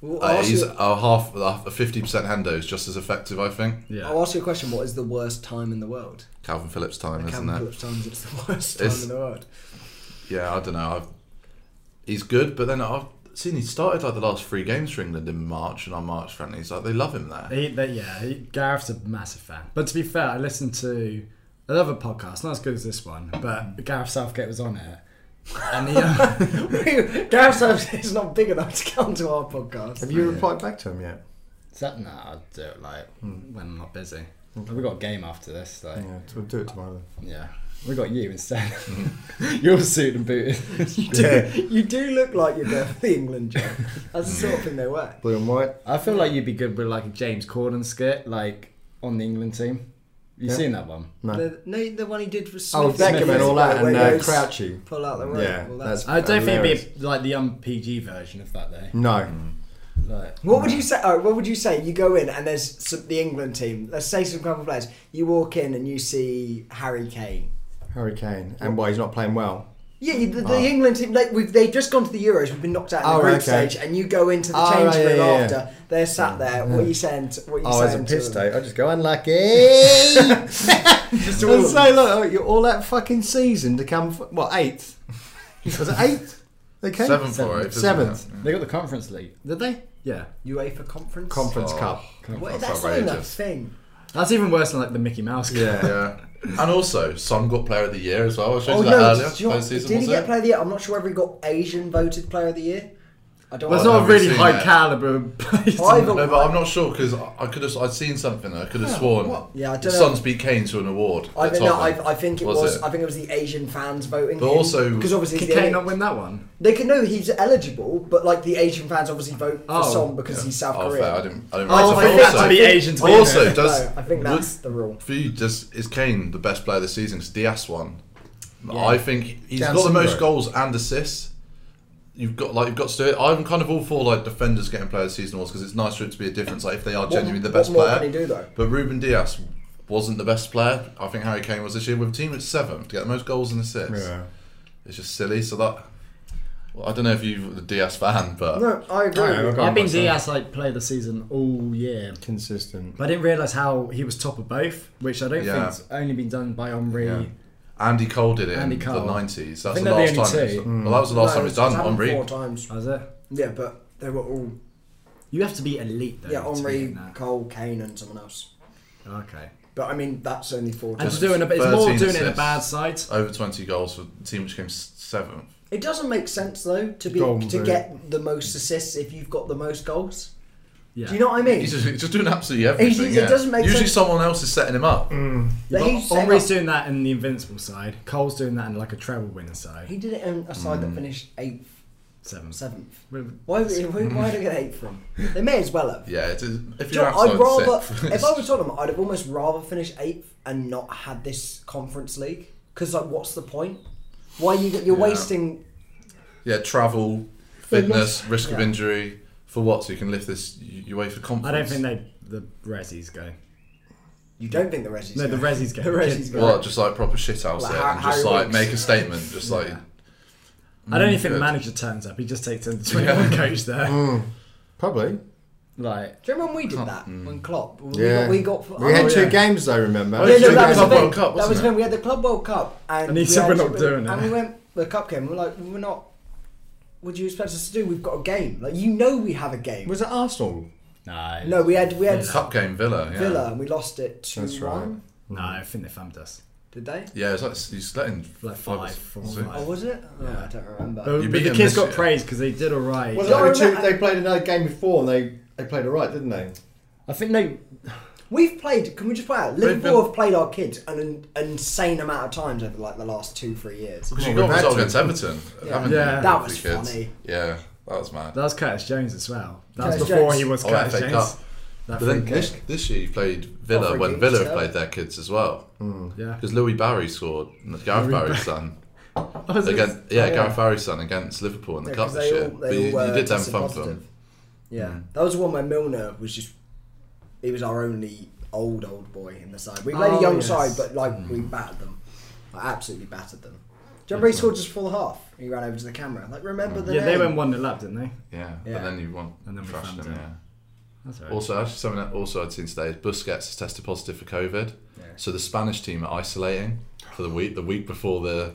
B: Well, I'll
D: uh,
B: ask
D: he's
B: you-
D: a half a fifty percent Hendo is just as effective. I think
C: yeah.
B: I'll ask you a question. What is the worst time in the world?
D: Calvin Phillips time, isn't
B: Cam
D: there?
B: Phillips times it's the [LAUGHS] worst time
D: It's-
B: in the world.
D: Yeah, I don't know. I've, he's good, but then I've, seen he started like the last three games for England in March and on March friendlies. Like they love him there.
C: He, they, yeah, he, Gareth's a massive fan. But to be fair, I listened to another podcast, not as good as this one, but Gareth Southgate was on it. And he, uh, [LAUGHS]
B: Gareth Southgate's not big enough to come to our podcast.
A: Have you replied back to him yet?
C: Is that no? I do it like when I'm not busy.
A: Hmm.
C: We've got a game after this, like yeah.
A: Yeah, we'll do it tomorrow.
C: We got you instead. [LAUGHS] You're suited
A: [LAUGHS]
C: and booted. [LAUGHS]
A: Then. Yeah,
B: [LAUGHS] You do look like you're there for the England job. That's the sort of thing
A: [LAUGHS]
B: they wear.
A: blue and white.
C: I feel like you'd be good with like a James Corden skit, like on the England team. You
A: Yeah.
C: seen that one?
A: No.
B: The, no, the one he did for Smith.
A: oh, Beckham and all that,
B: Where
A: and
B: he
A: uh,
B: goes,
A: Crouchy.
B: Pull out the rope.
A: Yeah,
B: all that.
A: that's
C: I don't
A: hilarious.
C: think it'd be like the um PG version of that though.
A: No,
C: Like,
B: What would you say? Oh, what would you say? You go in and there's some, the England team. Let's say some couple of players. You walk in and you see Harry Kane.
A: Harry Kane, and why he's not playing well.
B: Yeah, you- the, the England team. Like we've, they've just gone to the Euros. We've been knocked out in
A: Oh,
B: the group
A: okay.
B: stage, and you go into the
A: Oh,
B: change
A: right,
B: room
A: yeah, yeah,
B: after. They're sat there. What are you saying? To, what are you
A: Oh, as
B: saying
A: a
B: to
A: piss
B: them?
A: take, I just go [LAUGHS] unlucky.
B: Just all
A: and
B: of them.
A: say, look, oh, you're all that fucking season to come. F- what eighth? Was it eighth? Okay,
D: Seventh or eighth, isn't
A: Seventh.
D: it?
C: they got the Conference League, did they? Yeah,
B: UEFA conference.
A: Conference
D: Oh.
A: Cup.
B: What,
D: That's
B: that's not even a
D: outrageous.
B: thing.
C: that's even worse than like the Mickey Mouse. Game.
A: Yeah.
D: Yeah. And also, Son got Player of the Year as well. I showed
B: Oh
D: you
B: no!
D: that earlier.
B: do you know what-
D: Last season,
B: did he
D: was
B: get
D: it?
B: Player of the Year? I'm not sure whether he got Asian voted Player of the Year. I don't.
C: [LAUGHS] That's
D: Oh,
C: not a
D: I've never
C: really
D: seen
C: high
D: that.
C: caliber place.
B: I've
D: No, but I'm not sure because I, I could have. I'd seen something. I could have sworn.
A: what?
B: Yeah, I don't
D: the
B: know.
D: Suns beat Kane to an award.
B: I
D: at
B: think, no,
D: Tottenham.
B: I, I think it was.
D: Was it?
B: I think it was the Asian fans voting.
D: But
B: him.
D: also-
B: because obviously
C: Could
B: the
C: Kane
B: only-
C: not win that one?
B: they can know he's eligible, but like the Asian fans obviously vote for
C: Oh,
B: Son because he's South
D: Oh,
B: Korea.
D: fair. I didn't. I didn't.
C: Oh,
D: realise
C: I
D: that.
C: think that's to be
D: also,
C: Asian. to be in
D: also
C: it.
D: does
B: No, I think
D: would-
B: that's the rule.
D: For you, does is Kane the best player this season? Because Diaz won. I think he's
A: Down
D: got the most
A: syndrome.
D: goals and assists. You've got like you've got Stewart. I'm kind of all for like defenders getting player of the season awards because it's nice for it to be a difference. Like if they are genuinely the
B: what
D: best
B: more
D: player,
B: can he do, though?
D: but Ruben Diaz wasn't the best player. I think Harry Kane was this year with a team at seven to get the most goals and assists.
A: Yeah.
D: It's just silly. So that well, I don't know if you're a Diaz fan, but
B: No, I agree.
A: I know, I've got
C: I've been
A: myself.
C: Diaz like play the season all year.
A: Consistent.
C: But I didn't realise how he was top of both, which I don't
D: Yeah.
C: think's only been done by Henri.
D: Yeah. Andy Cole did it
C: Andy
D: in
C: Cole.
D: the nineties.
C: I think
D: That's the
C: they're
D: last
C: the
D: time.
C: only
D: it's-
C: two.
D: Well, that was the last
B: No,
D: time it's
B: it's
D: done.
B: happened
D: Henri.
B: four times.
C: Was it?
B: Yeah, but they were all
C: You have to be elite though.
B: yeah
C: to be in
B: Henri,
C: that.
B: Cole, Kane, and someone else.
C: Okay.
B: But I mean, that's only four
C: And
B: times.
D: Just
C: doing a, it's more
D: 13
C: doing it in a
D: assists.
C: bad side.
D: over 20 goals for the team which came s- seventh.
B: It doesn't make sense though to be
A: Golden
B: to
A: boot.
B: get the most assists if you've got the most goals.
C: Yeah.
B: Do you know what I mean?
D: He's just, he's just doing absolutely everything.
B: It- it
D: yeah.
B: doesn't make
D: Usually
B: sense. Mm.
D: someone else is setting him up.
C: Yeah,
B: But
C: but
B: he's set
C: Henri's
B: up-
C: doing that in the invincible side. Cole's doing that in like a treble winning side.
B: He did it in a side
D: Mm.
B: that finished eighth,
C: Seven.
B: seventh.
C: Seven.
B: Why? Why, why did I get eight from? They may as well have.
D: Yeah, it is, if
B: Do
D: you're
B: you know, I'd
D: outside
B: rather,
D: sixth,
B: if I was Tottenham, I'd have almost rather finished eighth and not had this Conference League. Because like, what's the point? Why you you're
D: Yeah.
B: wasting?
D: yeah, travel,
B: But
D: fitness,
B: yes-
D: risk of
B: yeah.
D: injury, for what? So you can lift this U- UEFA conference.
C: I don't think they the Rezzies go.
B: You don't think the Reggie's
C: No, the
B: gonna-
C: Rezzies
B: [LAUGHS]
C: go.
B: The Reggie's go.
D: What, just like proper shit house
B: Like
D: it
B: Har-
D: and just
B: Harry
D: like
B: Winks.
D: make a statement, just like
C: I don't even think the
D: Mm, good. Mm.
C: manager turns up. He just takes in the 21 coach there.
A: Probably.
C: Like,
B: Do you remember when we did that
D: Mm.
B: when Klopp? We
A: Yeah.
B: got, we got.
A: We had
B: oh,
A: two
B: yeah.
A: games though. Remember?
D: Oh,
B: Yeah, no,
D: yeah,
B: that
D: Club
B: was the
D: World
B: thing.
D: Cup,
B: that
D: wasn't
B: was
D: it?
B: when we had the Club World Cup, and,
C: And he
B: we
C: said
B: had-
C: we're not doing it.
B: And we went the cup game. We're like, we're not. What do you expect us to do? We've got a game. Like you know, we have a game.
A: Was it Arsenal?
C: no.
B: No, we had we had
D: cup game Villa. Yeah.
B: Villa, and we lost it two
A: That's right.
B: one.
C: No, I think they thumped us.
B: Did they?
D: Yeah, it's like he's letting
C: Like five, four,
B: Oh,
C: five.
B: was it? Oh, I don't remember.
C: But,
D: You
C: but
D: beat
C: the
D: them
C: kids
D: this
C: got
D: year.
C: praised because they did all right.
A: Well,
B: Yeah, I
A: they, were two,
B: remember-
A: they played another game before, and they they played all right, didn't they?
C: I think they.
B: We've played. Can we just play out? Liverpool
D: been-
B: have played our kids an, an insane amount of times over like the last two, three years.
D: Because
A: Well,
D: you got
A: we've
D: a result
A: had
D: against Everton, haven't
C: Yeah.
D: you?
B: That
D: with
B: was
D: the kids?
B: funny.
D: Yeah, that was mad.
C: That was Curtis Jones as well. That was
B: Curtis
C: before
B: Jones.
C: he was
D: Oh,
C: Curtis
D: FA
C: Jones.
D: Cup.
C: That
D: But
C: free
D: then
C: kick.
D: this, this year you played Villa
B: Oh, free
D: when
B: kick,
D: Villa
B: yeah.
D: played their kids as well.
C: Yeah.
D: Because Louis Barry scored,
C: Oh,
D: Gareth Barry's son.
B: [LAUGHS]
D: Again, yeah, Gareth Barry's son against Liverpool in the
B: Yeah,
D: cup
B: 'cause
D: this
B: they
D: year.
B: all- they
D: but you,
B: all
D: you
B: were
D: did them
B: tested
D: fun for
B: positive.
D: them. Mm.
B: Yeah, that was the one where Milner was just. He was our only old old boy in the side. We played
C: Oh,
B: a young
C: yes.
B: side, but like we
D: Mm.
B: battered them, like, absolutely battered them. Do you remember he scored just before the half? He ran over to the camera. Like remember the
C: Yeah, they
B: name?
C: went 1 0 up, didn't they?
D: Yeah.
B: Yeah.
D: and then you won.
C: And then we
D: thrashed
C: found
D: them.
C: out.
D: Yeah.
C: That's all right.
D: Also, actually, something that also I'd seen today is Busquets has tested positive for COVID. So the Spanish team are isolating for the week. The week before the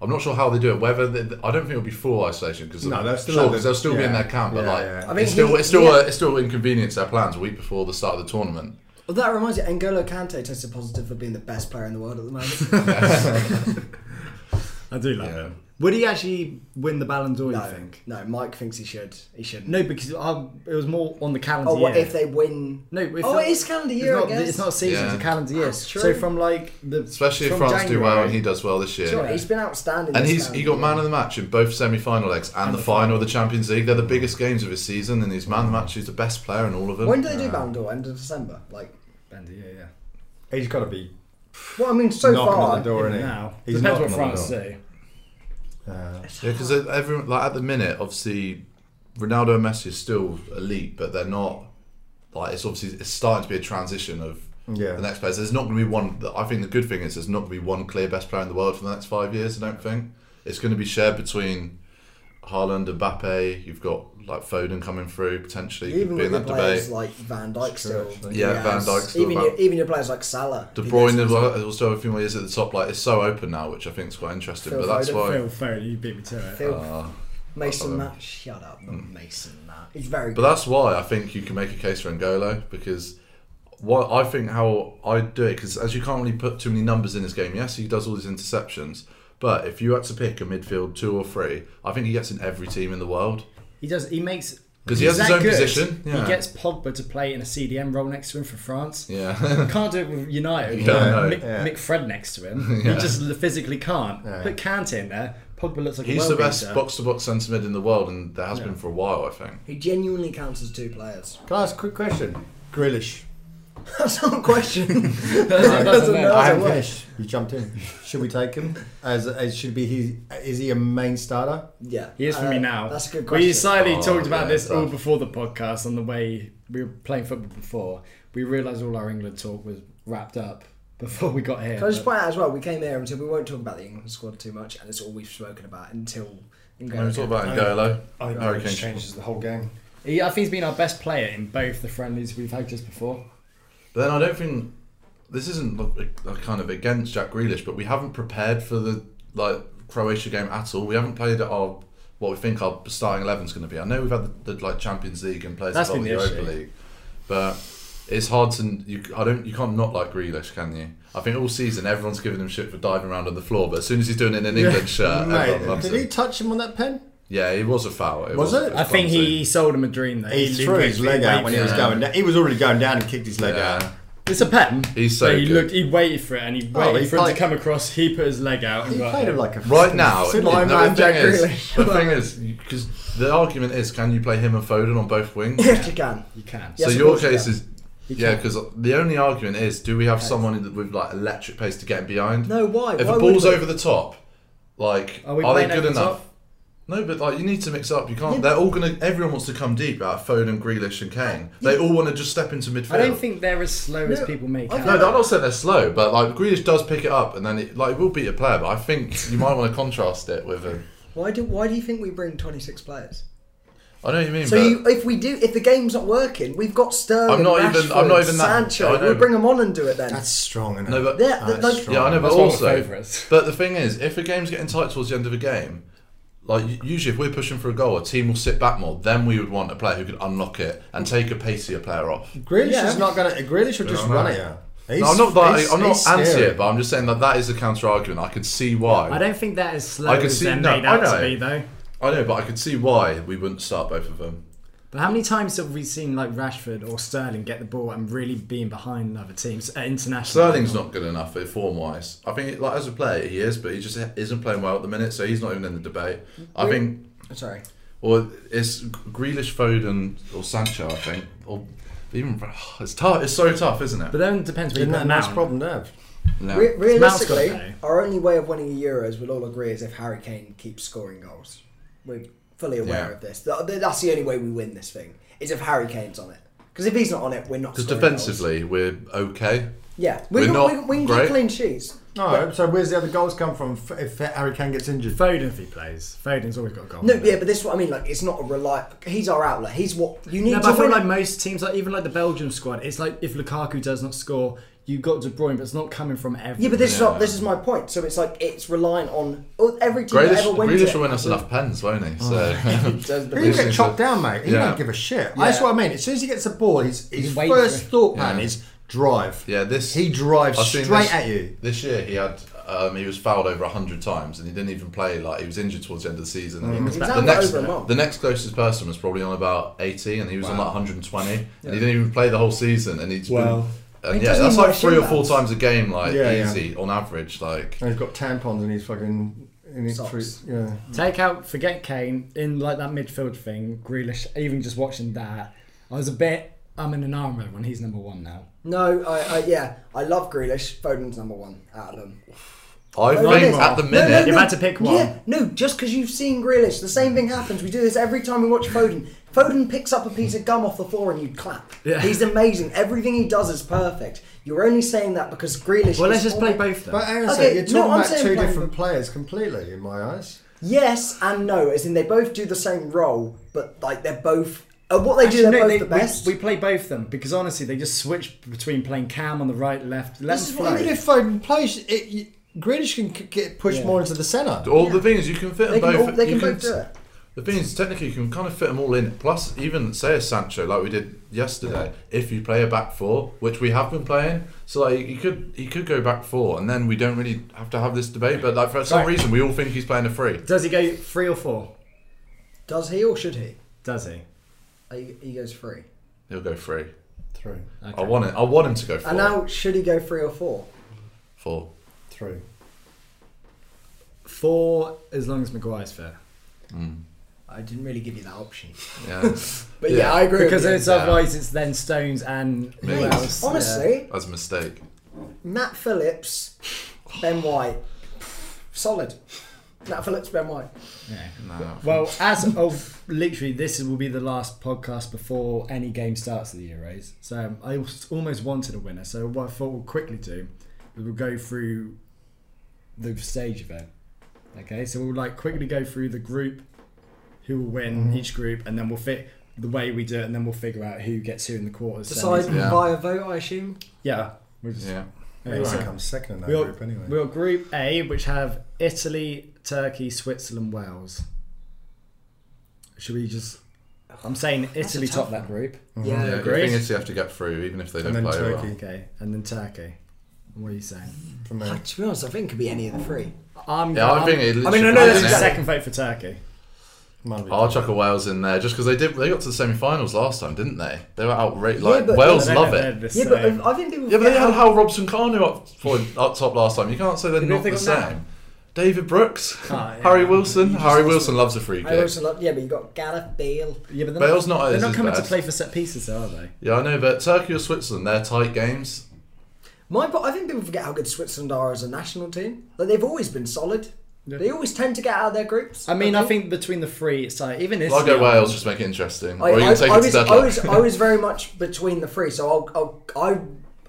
D: I'm not sure how they do it. Whether they, I don't think it'll be full isolation because
A: No, they'll still
D: sure,
A: have
D: 'cause
A: the-
D: they'll still be in
A: yeah,
D: their camp, but
A: yeah,
D: like
A: yeah. I
D: it's
B: mean,
D: still
B: he-
D: it's still
B: yeah.
D: a, it's still inconvenience their plans a week before the start of the tournament.
B: Well, that reminds me, N'Golo Kante tested positive for being the best player in the world at the moment.
C: [LAUGHS] I do like
D: Yeah.
C: him. Would he actually win the Ballon d'Or?
B: no,
C: You think?
B: no, Mike thinks he should. He should.
C: No, because um, it was more on the calendar
B: oh,
C: year.
B: what if they win?
C: No, if
B: oh,
C: the-
B: it is calendar
C: it's
B: year.
C: not,
B: I guess.
C: it's not a season; it's a
D: Yeah.
C: calendar year.
B: That's true.
C: So from like the
D: Especially if
C: from
D: France do well
C: January-
D: and he does well this year.
B: Sure, he's been outstanding.
D: And
B: this
D: he's he
B: calendar
D: got man of the match in both semi-final legs and, the, final, of the Champions League. They're the biggest games of his season, and he's man of the match. He's the best player in all of them.
B: year. When do they do Ballon d'Or? End of December.
D: [SIGHS]
B: Like,
C: Bender, yeah, yeah.
A: He's got to be
B: well, I mean, so
A: knocking
B: far. [SIGHS]
A: on the door,
C: Even
A: isn't he?
C: now
A: He's
C: depends what
A: knocking on the
C: France
A: door.
C: do.
A: Uh,
D: Yeah, because everyone like at the minute, obviously, Ronaldo and Messi are still elite, but they're not like it's obviously it's starting to be a transition of
A: Yeah.
D: the next players. There's not going to be one. I think the good thing is there's not going to be one clear best player in the world for the next five years. I don't think it's going to be shared between Haaland and Mbappe. You've got like Foden coming through potentially
B: Even
D: be
B: with
D: in
B: your
D: that
B: players
D: debate.
B: like Van Dijk still.
A: actually.
D: Yeah, Van Dijk's still
B: even
D: about-
B: your, even your players like Salah.
D: De
B: who
D: Bruyne
B: gets-
D: as well. There's also a few more years at the top. Like it's so open now, which I think is quite interesting.
B: Phil
D: but that's
B: Foden,
C: Phil
D: why.
C: Foden, you beat me to it.
B: Phil-
D: uh,
B: Mason
D: Um,
B: Matt. Shut up, not Mason Matt. He's very
D: Hmm. But
B: good.
D: that's why I think you can make a case for N'Golo because what I think how I do it because as you can't really put too many numbers in this game. Yes, he does all these interceptions, but if you had to pick a midfield two or three, I think he gets in every team in the world.
C: He does. He makes
D: 'Cause he
C: he's
D: has his
C: that
D: own
C: good,
D: position, yeah.
C: He gets Pogba to play in a CDM role next to him for France.
D: Yeah,
C: Can't do it with United.
D: Yeah,
C: Can't
D: no,
C: Mick,
A: yeah.
C: Mick Fred next to him.
D: [LAUGHS]
C: He just physically can't. Put Kante in there. Pogba looks like a
D: he's the best
C: world-beater.
D: box to box centre mid in the world, and there has been for a while. I think.
B: He genuinely counts as two players.
A: Can I ask a quick question? Grealish.
B: That's not a
C: [LAUGHS]
B: question.
C: That's- that's
B: Doesn't
C: a-
B: know.
A: I haven't
B: what-
A: finished. You jumped in. Should we take him? As, as should be he? Is he a main starter?
B: yeah.
C: He is for
B: Uh,
C: me now.
B: That's a good
C: We
B: question.
C: slightly
D: Oh,
C: talked about
D: yeah,
C: this all
D: tough.
C: before the podcast on the way we were playing football before. We realised all our England talk was wrapped up [LAUGHS] before we got here.
B: Can I just
C: but-
B: point out as well, we came here and said we won't talk about the England squad too much, and it's all we've spoken about until.
D: When we talk about
A: I-
D: N'Golo,
A: I think
D: Harry
A: Grealish
D: Kane.
A: changes the whole game.
C: he, I think he's been our best player in both the friendlies we've had just before.
D: But then I don't think this isn't like, like, kind of against Jack Grealish, but we haven't prepared for the like Croatia game at all. We haven't played our what we think our starting eleven's going to be. I know we've had the, the like Champions League and players
C: That's
D: involved
C: been
D: with
C: the
D: the
C: issue.
D: Europa League, but it's hard to you. I don't. You can't not like Grealish, can you? I think all season everyone's giving him shit for diving around on the floor, but as soon as he's doing it in an
C: [LAUGHS]
D: England shirt, everyone
A: Mate,
D: loves
A: did he
D: him.
A: touch him on that pen?
D: Yeah, he was a foul. It
A: Was
D: was
A: it?
D: was
C: I think he
D: clumsy.
C: sold him a dream though.
A: He
C: He's
A: threw
C: too
A: his
C: big,
A: leg
C: too
A: out
C: big
A: when he
C: for
A: was
C: it.
A: going down. He was already going down and kicked his leg out.
D: Yeah.
C: It's a pen.
D: He's so
C: But he
D: good.
C: looked. He waited for it, and he waited
A: Oh, he
C: for it
A: played-
C: to come across. He put his leg out. And
A: He
C: got
A: played
C: him.
A: him like a
D: Right now,
A: Sit
D: no,
A: my
D: the
A: man,
D: thing
A: Jack
D: is-
A: Grealish.
D: the thing is, because the argument is, can you play him and Foden on both wings?
B: Yes, you can.
C: You can.
B: Yeah. Yes,
D: so
B: of
D: your
B: course you
D: case
B: can.
D: is, yeah, because the only argument is, do we have someone in the- with like electric pace to get him behind?
B: No, why?
D: If
B: Why
D: a
B: would
D: ball's
B: we?
D: over the top, like
C: Are we
D: are,
C: playing
D: they good
C: over the
D: enough?
C: top?
D: No, but like you need to mix up. You can't. They're all gonna. Everyone wants to come deep out. of Foden, Grealish, and Kane. They all want to just step into midfield.
C: I don't think they're as slow as
B: No,
C: people make
B: I
C: out.
D: No, I'm not saying they're slow, but like Grealish does pick it up, and then it, like it will beat a player. But I think you might want to contrast it with him.
B: Why do Why do you think we bring twenty six players?
D: I know what you mean.
B: So
D: but
B: you, if we do, if the game's not working, we've got Sterling,
D: I'm not
B: Rashford,
D: even- I'm not even that- I
B: Sancho.
D: know.
B: We'll bring them on and do it then.
A: That's strong enough.
D: No, but-
B: Yeah, th-
A: that's
B: like-
A: strong.
D: Yeah, I know, but
C: That's one of my
D: also,
C: favourites. [LAUGHS]
D: but the thing is, if a game's getting tight towards the end of a game, like u- usually if we're pushing for a goal, a team will sit back more. Then we would want a player who could unlock it and take a pacier player off.
A: Grealish
B: Yeah.
A: is not going to. Grealish will just
D: I'm
A: run
D: not.
A: it out.
D: No, I'm not, like, I'm not anti
A: scary.
D: it, but I'm just saying that that is a counter argument. I could see why.
C: I don't think that is slow
D: I can
C: as
D: see-
C: they're
D: no,
C: made
D: I
C: out to
D: know.
C: be, though.
D: I know, but I could see why we wouldn't start both of them.
C: But how many times have we seen like Rashford or Sterling get the ball and really being behind another team at international?
D: Sterling's
C: level?
D: not good enough form wise. I think, like as a player, he is, but he just isn't playing well at the minute, so he's not even in the debate. I think
B: Sorry.
D: Or it's Grealish, Foden, or Sancho, I think. Or even [SIGHS] it's tough. It's so tough, isn't it?
A: uh,
C: But then it depends where you
A: Isn't that
C: put
A: a
C: them
A: nice
C: out.
A: problem to have?
D: No.
B: Re-
C: Mount's got
B: realistically,
C: it, though.
B: our only way of winning the Euros, we'll all agree, is if Harry Kane keeps scoring goals. We're fully aware
D: Yeah.
B: of this. Th- th- That's the only way we win this thing. Is if Harry Kane's on it. Because if he's not on it, we're not.
D: Because
B: scoring goals.
D: defensively, we're okay.
B: yeah, we
D: we're
B: can,
D: not
B: we, can- we can
D: great.
B: keep clean sheets.
A: No, so where's the other goals come from if- if Harry Kane gets injured?
C: Foden if he plays. Foden's always got a goal.
B: No,
C: in it.
B: yeah, but this is what I mean. Like, it's not a rely. He's our outlet. He's what you need
C: No,
B: to
C: but I feel
B: win.
C: like most teams, like even like the Belgium squad, it's like if Lukaku does not score, you got De Bruyne, but it's not coming from every.
B: Yeah, but this is not.
D: Yeah.
B: This is my point. So it's like it's reliant on oh, every team that
D: Grealish,
B: ever wins
D: Grealish
B: it.
D: will win us enough pens, won't he?
A: [LAUGHS]
D: So [LAUGHS]
A: He will
D: Listen
A: get
D: to-
A: chopped down, mate. He
D: Yeah.
A: don't give a shit. That's what I mean. As soon as he gets the ball, his, his
C: He's waiting
A: first
C: for it.
A: thought pattern
D: Yeah.
A: is drive.
D: yeah, this
A: He drives
D: I've seen
A: straight
D: this-
A: at you.
D: This year he had um, he was fouled over hundred times and he didn't even play. Like he was injured towards the end of the season. And he was
B: He was
D: the
B: Mm. out for
D: next
B: over a month.
D: the next closest person was probably on about eighty and he was on like one hundred and twenty and he didn't even play the whole season and he's
C: Wow.
D: been. And
B: He
D: yeah,
B: doesn't
D: that's
B: even
D: like
B: have
D: three or
B: shootouts.
D: four times a game, like
A: Yeah, yeah.
D: easy on average. Like
A: And he's got tampons in his fucking. In his
B: Socks.
A: fruit- yeah.
C: Take out, forget Kane in like that midfield thing. Grealish, even just watching that, I was a bit. I'm in an armor when he's number one now.
B: No, I, I yeah, I love Grealish. Foden's number one out of them.
D: I
B: Oh, it
D: think
B: is.
D: at the
B: No,
D: minute,
B: no,
C: You've
B: no.
C: had to pick one.
B: Yeah, no, just because you've seen Grealish, the same thing happens. We do this every time we watch Foden. Foden picks up a piece of gum off the floor and you clap.
C: Yeah.
B: He's amazing. Everything he does is perfect. You're only saying that because Grealish.
C: Well, let's
B: is
C: just play
B: always-
C: both. Then.
A: But hang on a
B: Okay,
A: second, you're
B: no,
A: talking
B: I'm
A: about
B: saying
A: two
B: playing-
A: different players completely in my eyes.
B: Yes and no, as in they both do the same role, but like they're both. Uh, what they do, they're
C: Actually,
B: both
C: no, they-
B: the best.
C: We, we play both them because honestly, they just switch between playing Cam on the right, left. Let
A: This
C: them
A: is
C: flow.
A: what- even if Foden plays, it, you, Grealish can c- get pushed
C: Yeah.
A: more into the centre.
D: all the things you can fit
B: they
D: them
B: can,
D: both.
B: all, they
D: you
B: can both do it.
D: The thing is, technically, you can kind of fit them all in. Plus, even say a Sancho, like we did yesterday, if you play a back four, which we have been playing, so like you could he could go back four, and then we don't really have to have this debate. But like for some
C: Right.
D: reason, we all think he's playing a three.
C: Does he go three or four?
B: Does he or should he?
C: Does he?
B: He, he goes three.
D: He'll go three.
A: Through,
D: I want it. I want him to go four.
B: And now, should he go three or four?
D: four.
A: through.
C: Four as long as Maguire's fair.
B: I didn't really give you that option.
D: Yeah.
B: But yeah, I agree.
C: Because
B: with you.
C: it's otherwise it's then Stones and who
D: Mate,
C: else?
B: honestly,
D: That's a mistake.
B: Matt Phillips, Ben White, solid. Matt Phillips, Ben White.
C: Yeah.
D: No.
C: Well, as of literally, this will be the last podcast before any game starts of the Euros. So um, I al- almost wanted a winner. So what I thought we'll quickly do is we'll go through the stage event. Okay, so we'll like quickly go through the group, who will win each group, and then we'll fit the way we do it, and then we'll figure out who gets who in the quarters.
B: Decide
C: semis.
D: Yeah.
B: via vote, I assume.
C: yeah. We'll just,
D: Yeah.
C: Okay,
A: Everyone
C: so-
A: comes second in that
C: We'll,
A: group anyway.
C: we'll group A, which have Italy, Turkey, Switzerland, Wales. Should we just? I'm saying Italy
B: tough
C: top that group.
B: Yeah,
D: Yeah. The
C: Agreed.
D: thing is, you have to get through, even if they don't
A: and then
D: play
A: Turkey
D: well.
C: Okay, and then Turkey. What are you saying?
A: from
B: Uh,
A: there.
B: to be honest, I think it could be any of the three.
C: I'm.
D: Yeah, I think it.
B: I mean, I
D: literally-
B: know
C: I'm
B: that's
C: doing
B: exactly-
C: second vote for Turkey.
A: Might be-
D: I'll chuck a Wales in there just because they did. They got to the semi-finals last time, didn't they? They were outrageous. Like
B: but-
D: Wales
C: They don't
D: love
C: know
D: it.
C: they're the
B: yeah, but uh,
C: same.
B: I I think people.
D: Yeah, but they
B: forget
D: had
B: how-
D: Hal Robson Carnu up for, up top last time. You can't say they're
C: Who do you
D: not the
C: think of
D: same.
C: now?
D: David Brooks,
C: Ah, yeah.
D: [LAUGHS] Harry Wilson. Harry Wilson loves a free
B: I
D: kick.
B: also love, yeah, but you got Gareth Bale.
C: yeah, but they're
D: Bale's
C: not.
D: not
C: They're
D: as
C: not
D: as
C: coming to
D: bad.
C: play for set pieces, though, are they?
D: Yeah, I know, but Turkey or Switzerland, they're tight games.
B: My, but I think people forget how good Switzerland are as a national team. Like they've always been solid. They always tend to get out of their groups.
C: I mean, I think between the three, it's like even Italy.
D: I'll go Wales, just make it interesting.
B: I,
D: or you
B: I,
D: can take
B: I
D: it to
B: was, I
D: deadlock.
B: was, I was very much between the three, so I'll, I'll,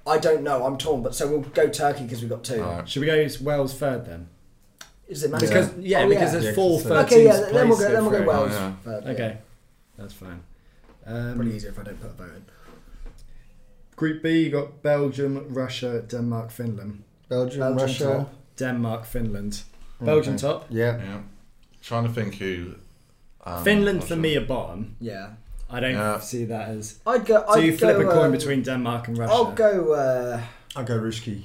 B: I, I don't know. I'm torn, but so we'll go Turkey because we got two.
D: Alright.
C: Should we go Wales third then?
B: Is it matter?
C: Because yeah,
B: Oh,
C: because
A: Yeah,
C: there's four
A: 'cause
C: third
A: it's-
B: Okay, yeah,
C: teams
B: then we'll
C: placed
B: go. Then we'll go
C: through.
B: Wales.
D: yeah.
B: But, yeah.
C: Okay, that's fine. Um,
B: Pretty easy if I don't put a vote in.
C: Group B, you got Belgium, Russia, Denmark, Finland.
A: Belgium,
B: Belgium
A: Russia.
B: top.
C: Denmark, Finland. Belgium top.
A: Yeah.
D: Yeah. Trying to think who. um,
C: Finland
D: I'm
C: for
D: sure.
C: me are bottom.
B: Yeah,
C: I don't
D: Yeah.
C: see that as.
B: I'd go. I'd
C: So you flip
B: go,
C: a coin
B: um,
C: between Denmark and Russia.
B: I'll go. Uh,
A: I'll go Ruski.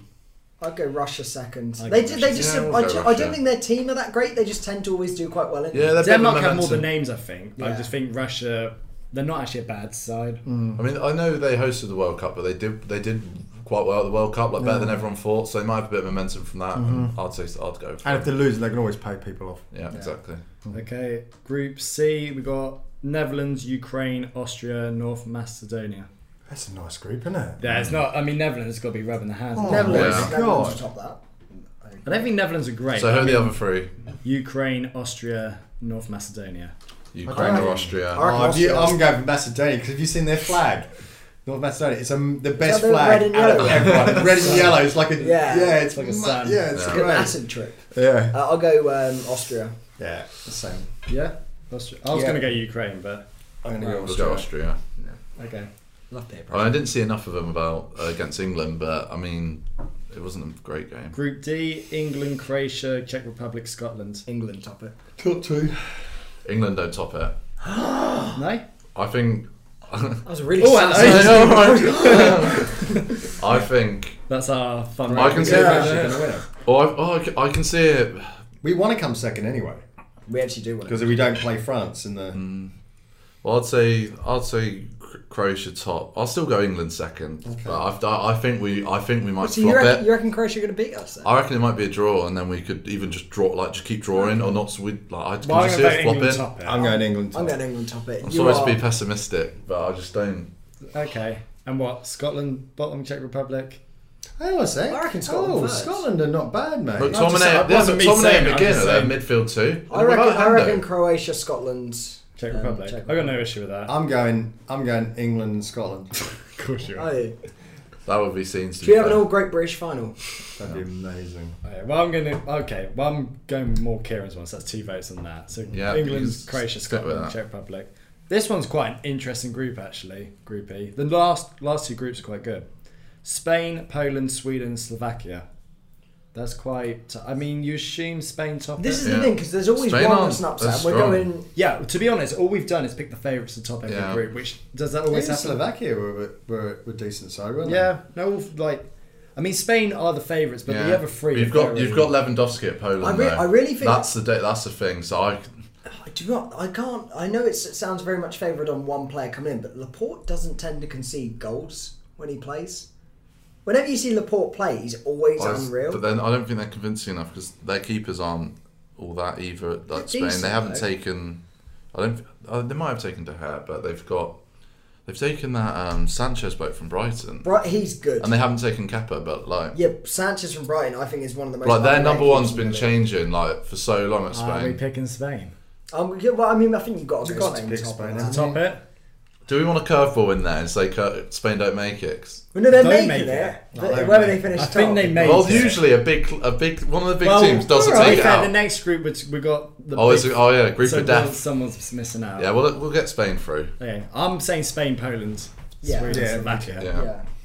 B: I'd go Russia 2nd
C: I'd
B: they
C: go
B: did.
C: Russia.
B: They just.
D: Yeah, we'll
B: I,
D: go
B: ju- I
D: Russia.
B: don't think their team are that great. They just tend to always do quite well. In
D: Yeah, they're
C: Denmark have
D: momentum.
C: more the names, I think. I
B: Yeah. Mm.
C: just think Russia. They're not actually a bad side.
D: I mean, I know they hosted the World Cup, but they did they did quite well at the World Cup, like better than everyone thought. So they might have a bit of momentum from that. And I'd say I'd go. For
A: And if
D: it.
A: they lose, they can always pay people off.
D: yeah, exactly.
C: Okay, Group C, we got Netherlands, Ukraine, Austria, North Macedonia.
A: That's a nice group, isn't it?
D: Mm.
C: There's not. I mean, Netherlands has got to be rubbing the hands.
A: Oh,
B: Netherlands.
D: Yeah.
B: Netherlands
A: God.
B: top that.
C: I don't think Netherlands are great.
D: So who
C: I
D: are the
C: mean,
D: other three?
C: Ukraine, Austria, North Macedonia.
D: Ukraine
A: Okay.
D: or Austria?
B: I reckon
A: Oh, have you-
B: Austria-
A: I'm going for Macedonia because have you seen their flag? North Macedonia. It's um, the best
B: the
A: flag
B: red and
A: out of
B: yellow?
A: everyone.
B: [LAUGHS]
A: It's red and yellow. It's like a
B: Yeah.
A: yeah. it's,
C: It's like a
A: ma-
C: sun.
A: Yeah, it's
D: Yeah.
B: Good
A: great.
B: acid trip.
A: Yeah,
B: Uh, I'll go um, Austria.
A: yeah, the same.
C: Yeah, Austria. I was
A: Yeah.
C: going to go Ukraine, but
A: I'm gonna
D: We'll
A: go
D: go
A: Australia.
D: Austria.
C: okay.
B: Love peer
D: I, mean, I
B: pressure.
D: didn't see enough of them about uh, against England, but I mean, it wasn't a great game.
C: Group D: England, Croatia, Czech Republic, Scotland.
B: England top it.
A: Top two.
D: England don't top it.
C: No.
D: I think. [LAUGHS]
B: That was a really
C: Oh,
B: sad
C: [LAUGHS] I know.
B: sentence.
D: [LAUGHS] I think.
C: That's our fun.
D: I can
C: round.
D: see it.
C: Yeah.
D: Oh, I, oh, I, c- I can see it.
A: We want to come second anyway
B: We actually do want
A: because
B: to.
A: we don't play France in the.
D: Mm. Well, I'd say I'd say Cro- Croatia top. I'll still go England second, but I've, I I think we I think we might
B: So
D: flop
B: you reckon,
D: it.
B: you reckon Croatia are going to beat us? Then?
D: I reckon it might be a draw, and then we could even just draw like just keep drawing or not. So we like I can
C: Well, I'm going
D: just see
C: to
D: us
C: England
D: flopping.
C: top it.
A: I'm going England. Top.
B: I'm going England top it.
D: I'm
B: You
D: sorry to
B: are-
D: be pessimistic, but I just don't.
C: Okay. And what? Scotland bottom, Czech Republic.
A: Hang on a sec.
B: I reckon Scotland
A: Oh,
B: third.
A: Scotland are not bad, mate.
D: But
C: just saying,
D: McTominay,
C: that
D: there's
C: wasn't me
D: McTominay
C: saying
D: and
C: it, I'm
D: McGinn
C: just
D: are there
C: saying-
D: midfield too.
B: I reckon, I reckon Croatia, Scotland,
C: Czech
B: um,
C: Republic.
B: Czech
C: I've got no issue with that.
A: I'm going. I'm going England and
D: [LAUGHS]
A: Scotland.
C: of course you
B: Oh, yeah.
D: That would be seen to
B: Do
D: be
B: you have an
D: fair.
B: all Great British final?
A: That'd be amazing.
C: Okay, well, I'm going to. Okay, well, I'm going with more Kieran's one, so that's two votes on that. So
D: Yeah,
C: England,
D: you can
C: Croatia,
D: stick with
C: Scotland,
D: that.
C: Czech Republic. This one's quite an interesting group, actually. Group E. The last last two groups are quite good. Spain, Poland, Sweden, Slovakia. That's quite. I mean, you assume Spain top.
B: This
C: it?
B: is
D: Yeah.
B: the thing because there's always
D: Spain
B: one
D: aren't-
B: that's an upset.
D: they're
B: We're
D: strong.
B: going.
C: Yeah, to be honest, all we've done is pick the favourites to top every
D: Yeah.
C: group, which does that
A: Even
C: always happen?
A: Slovakia were, were were decent side, weren't
C: Yeah, no, all- like, I mean, Spain are the favourites, but the other three.
D: You've
C: are
D: got
C: very-
D: you've got Lewandowski at Poland.
B: I re-
D: though.
B: I really think-
D: that's the da- that's the thing. So I
B: I do not. I can't. I know it's, it sounds very much favoured on one player coming in, but Laporte doesn't tend to concede goals when he plays. Whenever you see Laporte play, he's always
D: I-
B: unreal.
D: But then I don't think they're convincing enough because their keepers aren't all that either. At
B: They're
D: that Spain,
B: decent,
D: they haven't
B: though.
D: taken. I don't. Uh, they might have taken De Gea, but they've got. They've taken that um, Sanchez bloke from Brighton,
B: Bright, he's good.
D: and they haven't taken Kepa. But like,
B: yeah, Sanchez from Brighton, I think, is one of the most.
D: like their number
B: underrated
D: one's
B: keepers in
D: been
B: the
D: changing like for so long at
C: Are Ah, we
D: Spain.
C: picking Spain?
B: league. Um, yeah, well, I mean, I think you've got to
A: You've
B: go
A: got to
B: Spain
A: pick
B: top.
A: Spain,
B: of
A: haven't
B: that.
A: you?
C: Top it.
D: Do we want a curveball in there and say cur- Spain don't make it? 'Cause-
B: Well, no, they're
C: Don't
B: making
C: make
B: it.
C: it.
B: but
A: don't
B: whether
A: make
B: they finish
C: I
B: top,
C: think they made
D: Well,
C: it.
D: usually a big, a big one of the big
C: Well,
D: teams doesn't
C: alright.
D: take it
C: Okay, The
D: out.
C: next group, which we got the.
D: Oh, it's
C: big-
D: a, oh yeah, group
C: so
D: of death.
C: one- Someone's missing out.
D: Yeah, we'll, we'll get Spain through.
C: Okay, I'm saying Spain, Poland,
B: Yeah.
C: Sweden,
A: Yeah.
C: Slovakia.
D: Yeah.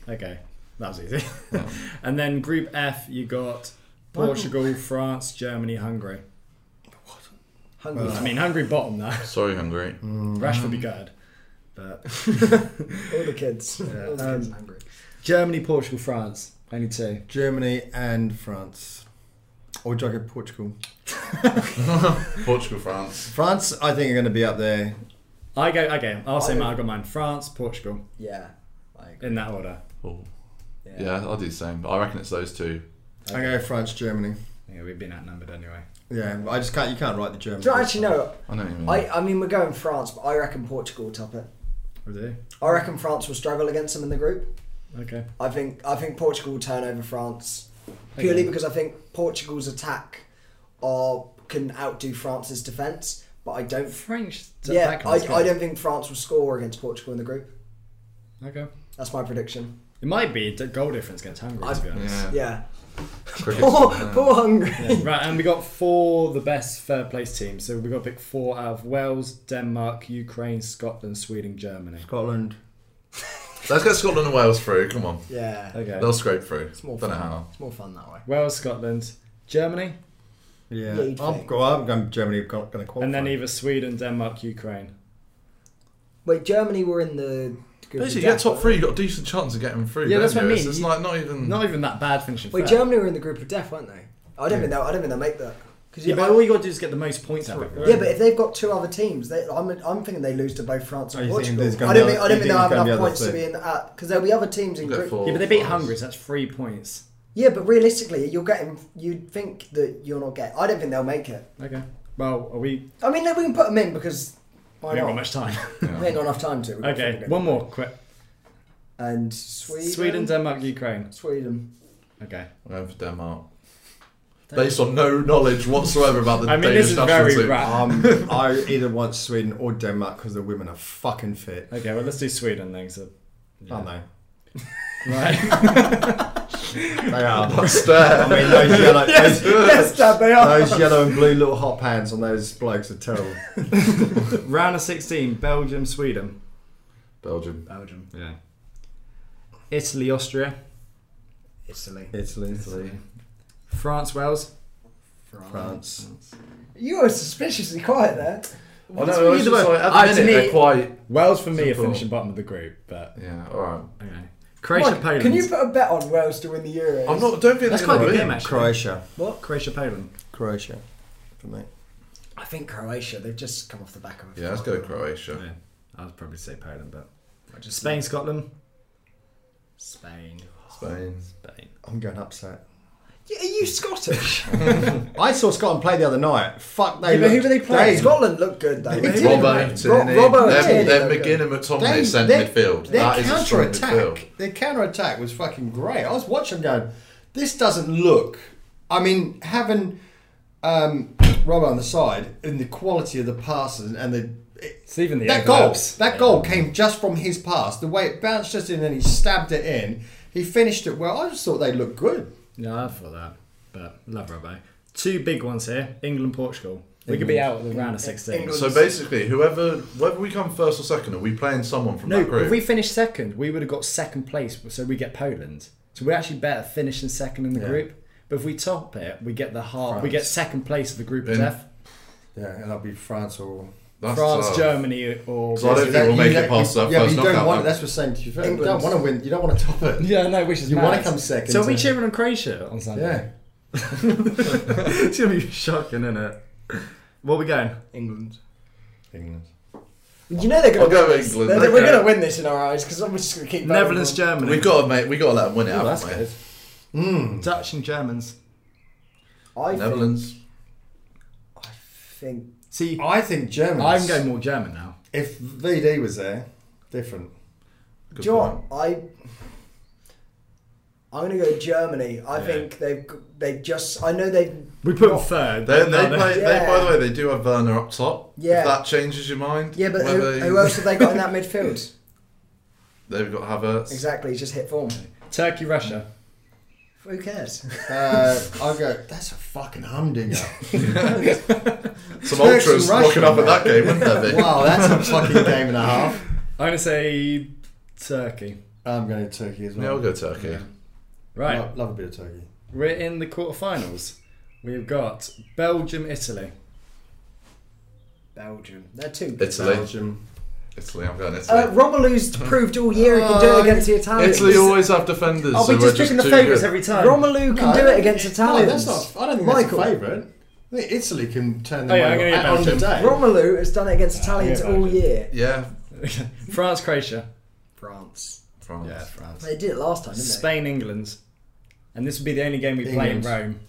B: Yeah.
C: Okay, that was easy. [LAUGHS] and then Group F, you got Portugal, France, Germany, Hungary.
B: Hungry.
C: I mean, Hungary bottom there.
D: Sorry, Hungary.
B: Mm.
C: Rashford be gutted. But [LAUGHS]
B: all the kids. Um, all the kids are hungry.
C: Germany, Portugal, France, only two.
A: Germany and France. Or do I go Portugal?
D: Portugal, France.
A: France, I think, are going to be up there.
C: I go okay. I'll say
B: I-
C: mine. I got mine. France, Portugal,
B: Yeah. I agree.
C: in that order.
D: Oh.
B: Yeah.
D: Yeah, I'll do the same. But I reckon it's those two.
A: I go France, Germany.
C: Yeah, we've been outnumbered anyway.
A: Yeah, I just can't. You can't write the German.
B: Do you actually know?
D: I don't even.
B: I, I mean, we're going France, but I reckon Portugal will top it.
C: We do.
B: I reckon France will struggle against them in the group.
C: Okay.
B: I think I think Portugal will turn over France purely
C: Okay.
B: because I think Portugal's attack are can outdo France's defence, but I don't.
C: French.
B: yeah, I, I don't think France will score against Portugal in the group.
C: Okay.
B: That's my prediction.
C: It might be a goal difference against Hungary, to be honest.
D: [LAUGHS] yeah.
B: Yeah.
D: Cricket.
B: Poor, poor Hungary.
C: Right, and we got four the best third place teams. So we got to pick four out of Wales, Denmark, Ukraine, Scotland, Sweden, Germany.
A: Scotland.
D: Let's get Scotland and Wales through. Come on,
B: [LAUGHS] Yeah.
C: Okay.
D: they'll scrape through.
B: It's more
D: Don't know
B: fun.
D: how.
B: It's more fun that way.
C: Wales, Scotland, Germany,
A: Yeah,
B: Yeah, you'd
A: I'm,
B: think.
A: go- I'm going Germany. I'm going to qualify.
C: and then either Sweden, Denmark, Ukraine.
B: Wait, Germany were in the. group of
D: Basically, you
B: death,
D: get top
B: weren't
D: three. You got a decent chance of getting through.
C: Yeah,
D: don't
C: that's what I
D: you?
C: mean.
D: It's, it's
C: You-
D: like not even.
C: Not even that bad finishing.
B: Wait,
C: third.
B: Germany were in the group of death, weren't they? I don't think they. I don't think they'll make that. Cause
C: Yeah,
B: you-
C: but all you got to do is get the most points out of it. right?
B: yeah, but if they've got two other teams, they, I'm, I'm thinking they lose to both France
A: Oh,
B: and
A: you think
B: Portugal.
A: there's gonna
B: I don't
A: be
B: think, I
A: other-
B: don't
A: you
B: think
A: think
B: they'll
A: it's
B: have
A: gonna
B: enough
A: be other
B: points to
A: three?
B: be in that because there'll be other teams in
D: We'll get
B: group.
D: four.
C: Yeah, but they beat
D: France.
C: Hungary, so that's three points.
B: Yeah, but realistically, you're getting. You'd think that you're not getting. I don't think they'll make it.
C: Okay. Well, are we?
B: I mean, we can put them in because why
C: We haven't got
B: not?
C: much time. [LAUGHS]
B: We ain't got enough time to. We've got
C: okay,
B: Finland.
C: one more quick.
B: And Sweden.
C: Sweden, Denmark, Ukraine.
D: [LAUGHS]
B: Sweden.
C: Okay.
D: I'm going for Denmark. Based on no knowledge whatsoever about the
C: I mean,
D: Danish
C: this is
D: national
C: very
D: team.
A: [LAUGHS]
C: rap.
A: Um, I either want Sweden or Denmark because the women are fucking fit,
C: Okay, well, let's do Sweden then. So,
A: aren't they?
C: right. [LAUGHS]
A: They are. [LAUGHS]
D: That's fair.
A: I mean, those yellow, those,
B: [LAUGHS] yes, Dad, they are.
A: those yellow and blue little hot pants on those blokes are [LAUGHS] terrible.
C: Round of 16, Belgium, Sweden.
D: Belgium.
C: Belgium. Yeah. Italy, Austria,
B: Italy.
A: Italy, Italy.
C: France, Wales.
A: France.
B: You were suspiciously quiet there.
D: Well,
C: It's
D: no,
C: really
D: it's
C: the
D: just
C: way-
D: like, at the
C: I- to
D: minute,
C: me-
D: they're quite.
C: Wales for me are
D: Simple.
C: finishing bottom of the group, but
D: Yeah, alright.
C: okay. Croatia,
B: Mike,
C: Poland.
B: Can you put a bet on Wales to win the Euros?
D: I'm not. Don't think
C: That's
D: they're
C: quite a
D: gonna
C: good
D: win.
C: game, actually.
A: Croatia.
C: What? Croatia, Poland.
A: Croatia. For me.
B: I think Croatia. They've just come off the back of. a
D: Yeah, let's go
B: flop.
D: with Croatia.
C: Yeah, I'd probably say Poland, but
B: I just-
C: Spain, Scotland. Spain.
D: Spain.
C: Spain.
A: I'm going upset.
B: Yeah, Are you Scottish? [LAUGHS]
A: I saw Scotland play the other night. Fuck, they.
C: Yeah, but who
A: looked-
C: were they playing?
B: Scotland looked good though.
A: They did.
D: Robbo, Tierney.
B: Ro- Robbo and
D: They're,
B: Tierney.
D: they're McGinn and McTominay
A: They,
D: centre
A: their-
D: midfield.
A: Their
D: That is a strong
A: counter
D: midfield.
A: attack. Their counter attack was fucking great. I was watching going, this doesn't look. I mean, having um, Robbo on the side and the quality of the passes and the. it-
C: It's even the
A: that goal,
C: overlaps.
A: that goal came just from his pass. The way it bounced just in and he stabbed it in. He finished it well. I just thought they looked good.
C: Yeah, I thought that, but love Robbo. Two big ones here: England, Portugal. We could be out of the round of sixteen.
B: England.
D: So basically, whoever, whether we come first or second, are we playing someone from
C: No,
D: that group?
C: if we finished second, we would have got second place, so we get Poland. So we're actually better finishing second in the group. But if we top it, we get the half. We get second place of the group of
D: Then-
C: death.
A: Yeah, and that'll be France or.
D: That's
C: France,
D: tough.
C: Germany, or
D: So I don't think we'll make it past that
A: yeah, but you
D: first
A: don't
D: knockout.
A: want.
D: round.
A: That's what's saying to you. You don't
B: England.
A: want to win. You don't want to top it.
C: [LAUGHS] yeah, no, which is
A: You
C: mad.
A: want to come second.
C: So are we
A: so-
C: cheering on Croatia on Sunday?
A: [LAUGHS] Yeah.
D: [LAUGHS]
C: it's gonna be shocking, isn't it? Where we going?
B: England.
A: England.
B: You know they're going
D: I'll
B: to
D: go
B: win.
D: with
B: This.
D: England.
B: They're- We're
D: Okay.
B: going to win this in our eyes because I'm just going to keep. voting
C: Netherlands,
B: on.
C: Germany.
D: We've got Hmm. to make, we got to let them win it,
A: Oh, that's
D: haven't we?
A: good.
C: Dutch and Germans.
B: I think,
D: Netherlands.
B: I think
C: See,
A: I think Germans.
C: I'm going more German now.
A: If VD was there, different.
D: Good
B: John, I I'm gonna go Germany. I think they've g- they just I know they
C: We put them third.
D: They,
C: but
D: they,
C: no, no.
D: play, they,
B: Yeah.
D: by the way, they do have Werner up top.
B: Yeah.
D: If that changes your mind.
B: yeah, but who,
D: whether you-
B: who else have they got in
D: [LAUGHS]
B: that midfield?
D: They've got Havertz.
B: Exactly, he's just hit form.
C: Turkey, Russia.
B: Who
D: [LAUGHS]
B: cares?
A: Uh, I'll go, that's a fucking humdinger.
D: Some
A: Turks and
D: ultras
A: Russia,
D: rocking up at
A: man.
D: that game, wouldn't there be?
A: [LAUGHS] wow, that's a fucking game and a half.
C: I'm gonna say Turkey.
A: I'm going to Turkey as
D: Yeah,
A: well.
D: we'll go Turkey.
C: Right,
A: Love, love a bit of Turkey.
C: we're in the quarterfinals. We've got Belgium, Italy. [LAUGHS]
B: Belgium. They're too good.
D: Italy.
A: Belgium.
D: Italy, I'm going Italy.
B: Uh, Romulu's proved all year he can do
A: Oh,
B: it against the Italians.
D: Italy always have defenders.
C: I'll
D: so
C: be just
D: we're
C: picking the
D: too
C: favourites
D: good.
C: every time.
B: Romelu can
A: No,
B: do it against Italians.
A: No, that's not, I don't think
B: Michael.
A: that's a favourite. I think Italy can turn
C: Oh,
A: them
C: yeah, I'm
A: over
C: gonna go
A: on the
C: Belgium.
A: day.
B: Romelu has done it against Italians
C: yeah,
B: all
C: Belgium.
B: year.
D: Yeah,
C: France, Croatia.
B: France.
D: France.
A: France.
B: They did it last time, didn't
C: Spain, England. And this would be the only game we play in
A: England.
C: Rome.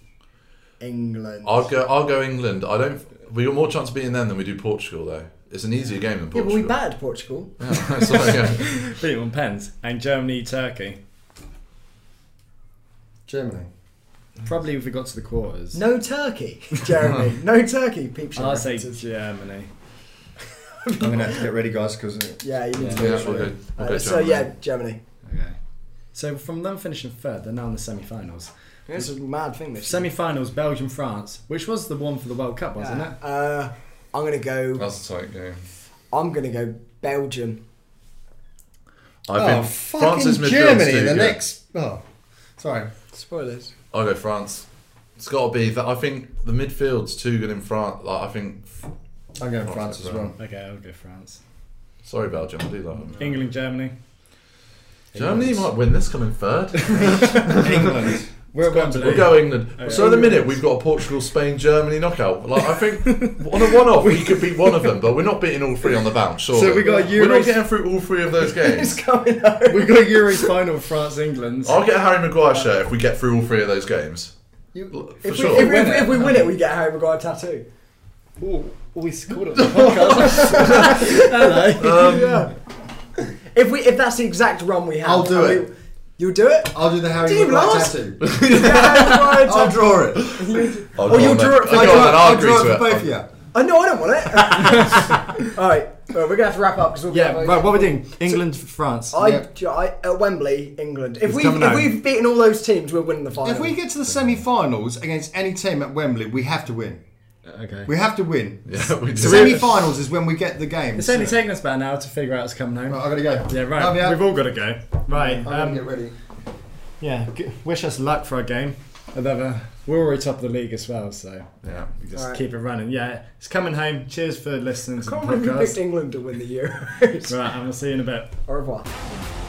B: they? England.
D: I'll go. I'll go England. I don't. We got more chance of beating them than we do Portugal, though. It's an easier game than
B: yeah, but
D: Portugal.
B: we battered Portugal.
D: Yeah, [LAUGHS] so, yeah.
C: Beat on pens. And Germany, Turkey.
A: Germany.
C: Probably if we got to the quarters.
B: No turkey, [LAUGHS] Jeremy. no turkey, peep show.
C: I'll say
B: references.
C: Germany.
A: I'm going to have to get ready, guys, because
B: Yeah, you need
C: Yeah.
B: to.
D: Yeah, we'll go, we'll
B: Uh,
D: go
B: so
D: Germany.
B: yeah, Germany.
C: Okay. So from them finishing third, they're now in the semi-finals.
B: It's a mad thing this.
C: Semi-finals, Belgium, France, which was the one for the World Cup, wasn't it?
B: Uh, I'm gonna go.
D: That's a tight game.
B: I'm gonna go Belgium.
D: I
A: oh,
D: think France's
A: fucking
D: midfield's
A: Germany,
D: too
A: the
D: good.
A: next. Oh, sorry.
B: Spoilers.
D: I'll go France. It's got to be that. I think the midfield's too good in France. Like I think.
A: I'm going France as well.
C: Okay, I'll go France.
D: Sorry, Belgium. I do love them.
C: England, Germany.
D: Germany might win this coming [LAUGHS] third.
A: England.
C: We're at Wembley.
D: We'll go England.
C: Okay.
D: So at the minute we've got a Portugal, Spain, Germany knockout. Like I think on a one-off we could beat one of them, but we're not beating all three on the bounce. Surely.
C: we got a
D: We're
C: Euros-
D: not getting through all three of
A: [LAUGHS]
D: those games.
B: Who's coming home?
C: We've got Euros final, France, England.
D: I'll get a Harry Maguire shirt if we get through all three of those games. L- For
B: If,
D: sure.
B: we, if, we,
C: Win it.
B: if we win it, we get a Harry Maguire tattoo.
C: Oh, we scored on the podcast. Hello.
B: yeah. If we if that's the exact run we have,
A: I'll do
B: and
A: it.
B: we- you'll do it.
A: [LAUGHS] I'll do the Harry
B: Team
A: Maguire
B: lost.
A: tattoo.
B: [LAUGHS] Get a Harry Maguire
A: I'll
B: tattoo.
A: draw it.
D: I'll
B: Oh,
D: go
B: you
D: on then.
B: drew it-
D: I'll
B: I drew
D: go on then,
B: it-
D: I'll
A: I'll
D: agree
A: draw it
D: to
A: for
D: it.
A: both of you.
B: I know Oh, I don't want it. [LAUGHS] All right, well, we're gonna have to wrap up because we'll
C: [LAUGHS] yeah,
B: be
C: right, what are we doing? England, France.
B: I,
A: Yeah.
B: do you know, I at Wembley, England. If
C: It's
B: we
C: coming
B: if
C: home.
B: we've beaten all those teams, we're winning the final.
A: If we get to the semi-finals against any team at Wembley, we have to win.
C: Okay.
A: We have to win.
D: Yeah, we
A: The
D: do.
A: semi finals is when we get the game.
C: It's only
A: Right,
C: taken us about an hour to figure out what's coming home.
A: I've got to go.
C: Oh. Yeah, right.
A: Love ya.
C: We've all got to go. Right.
A: I'm going to get
C: Um,
A: ready.
C: yeah. G- wish us luck for our game. Another. We're already top of the league as well, so
D: Yeah.
C: we just
B: Alright.
C: keep it running. Yeah, it's coming home. Cheers for listening to the [LAUGHS]
B: Can't remember who picked
C: podcast.
B: England to win the Euros. [LAUGHS]
C: Right, and we'll see you in a bit.
B: Au revoir.
D: Bye.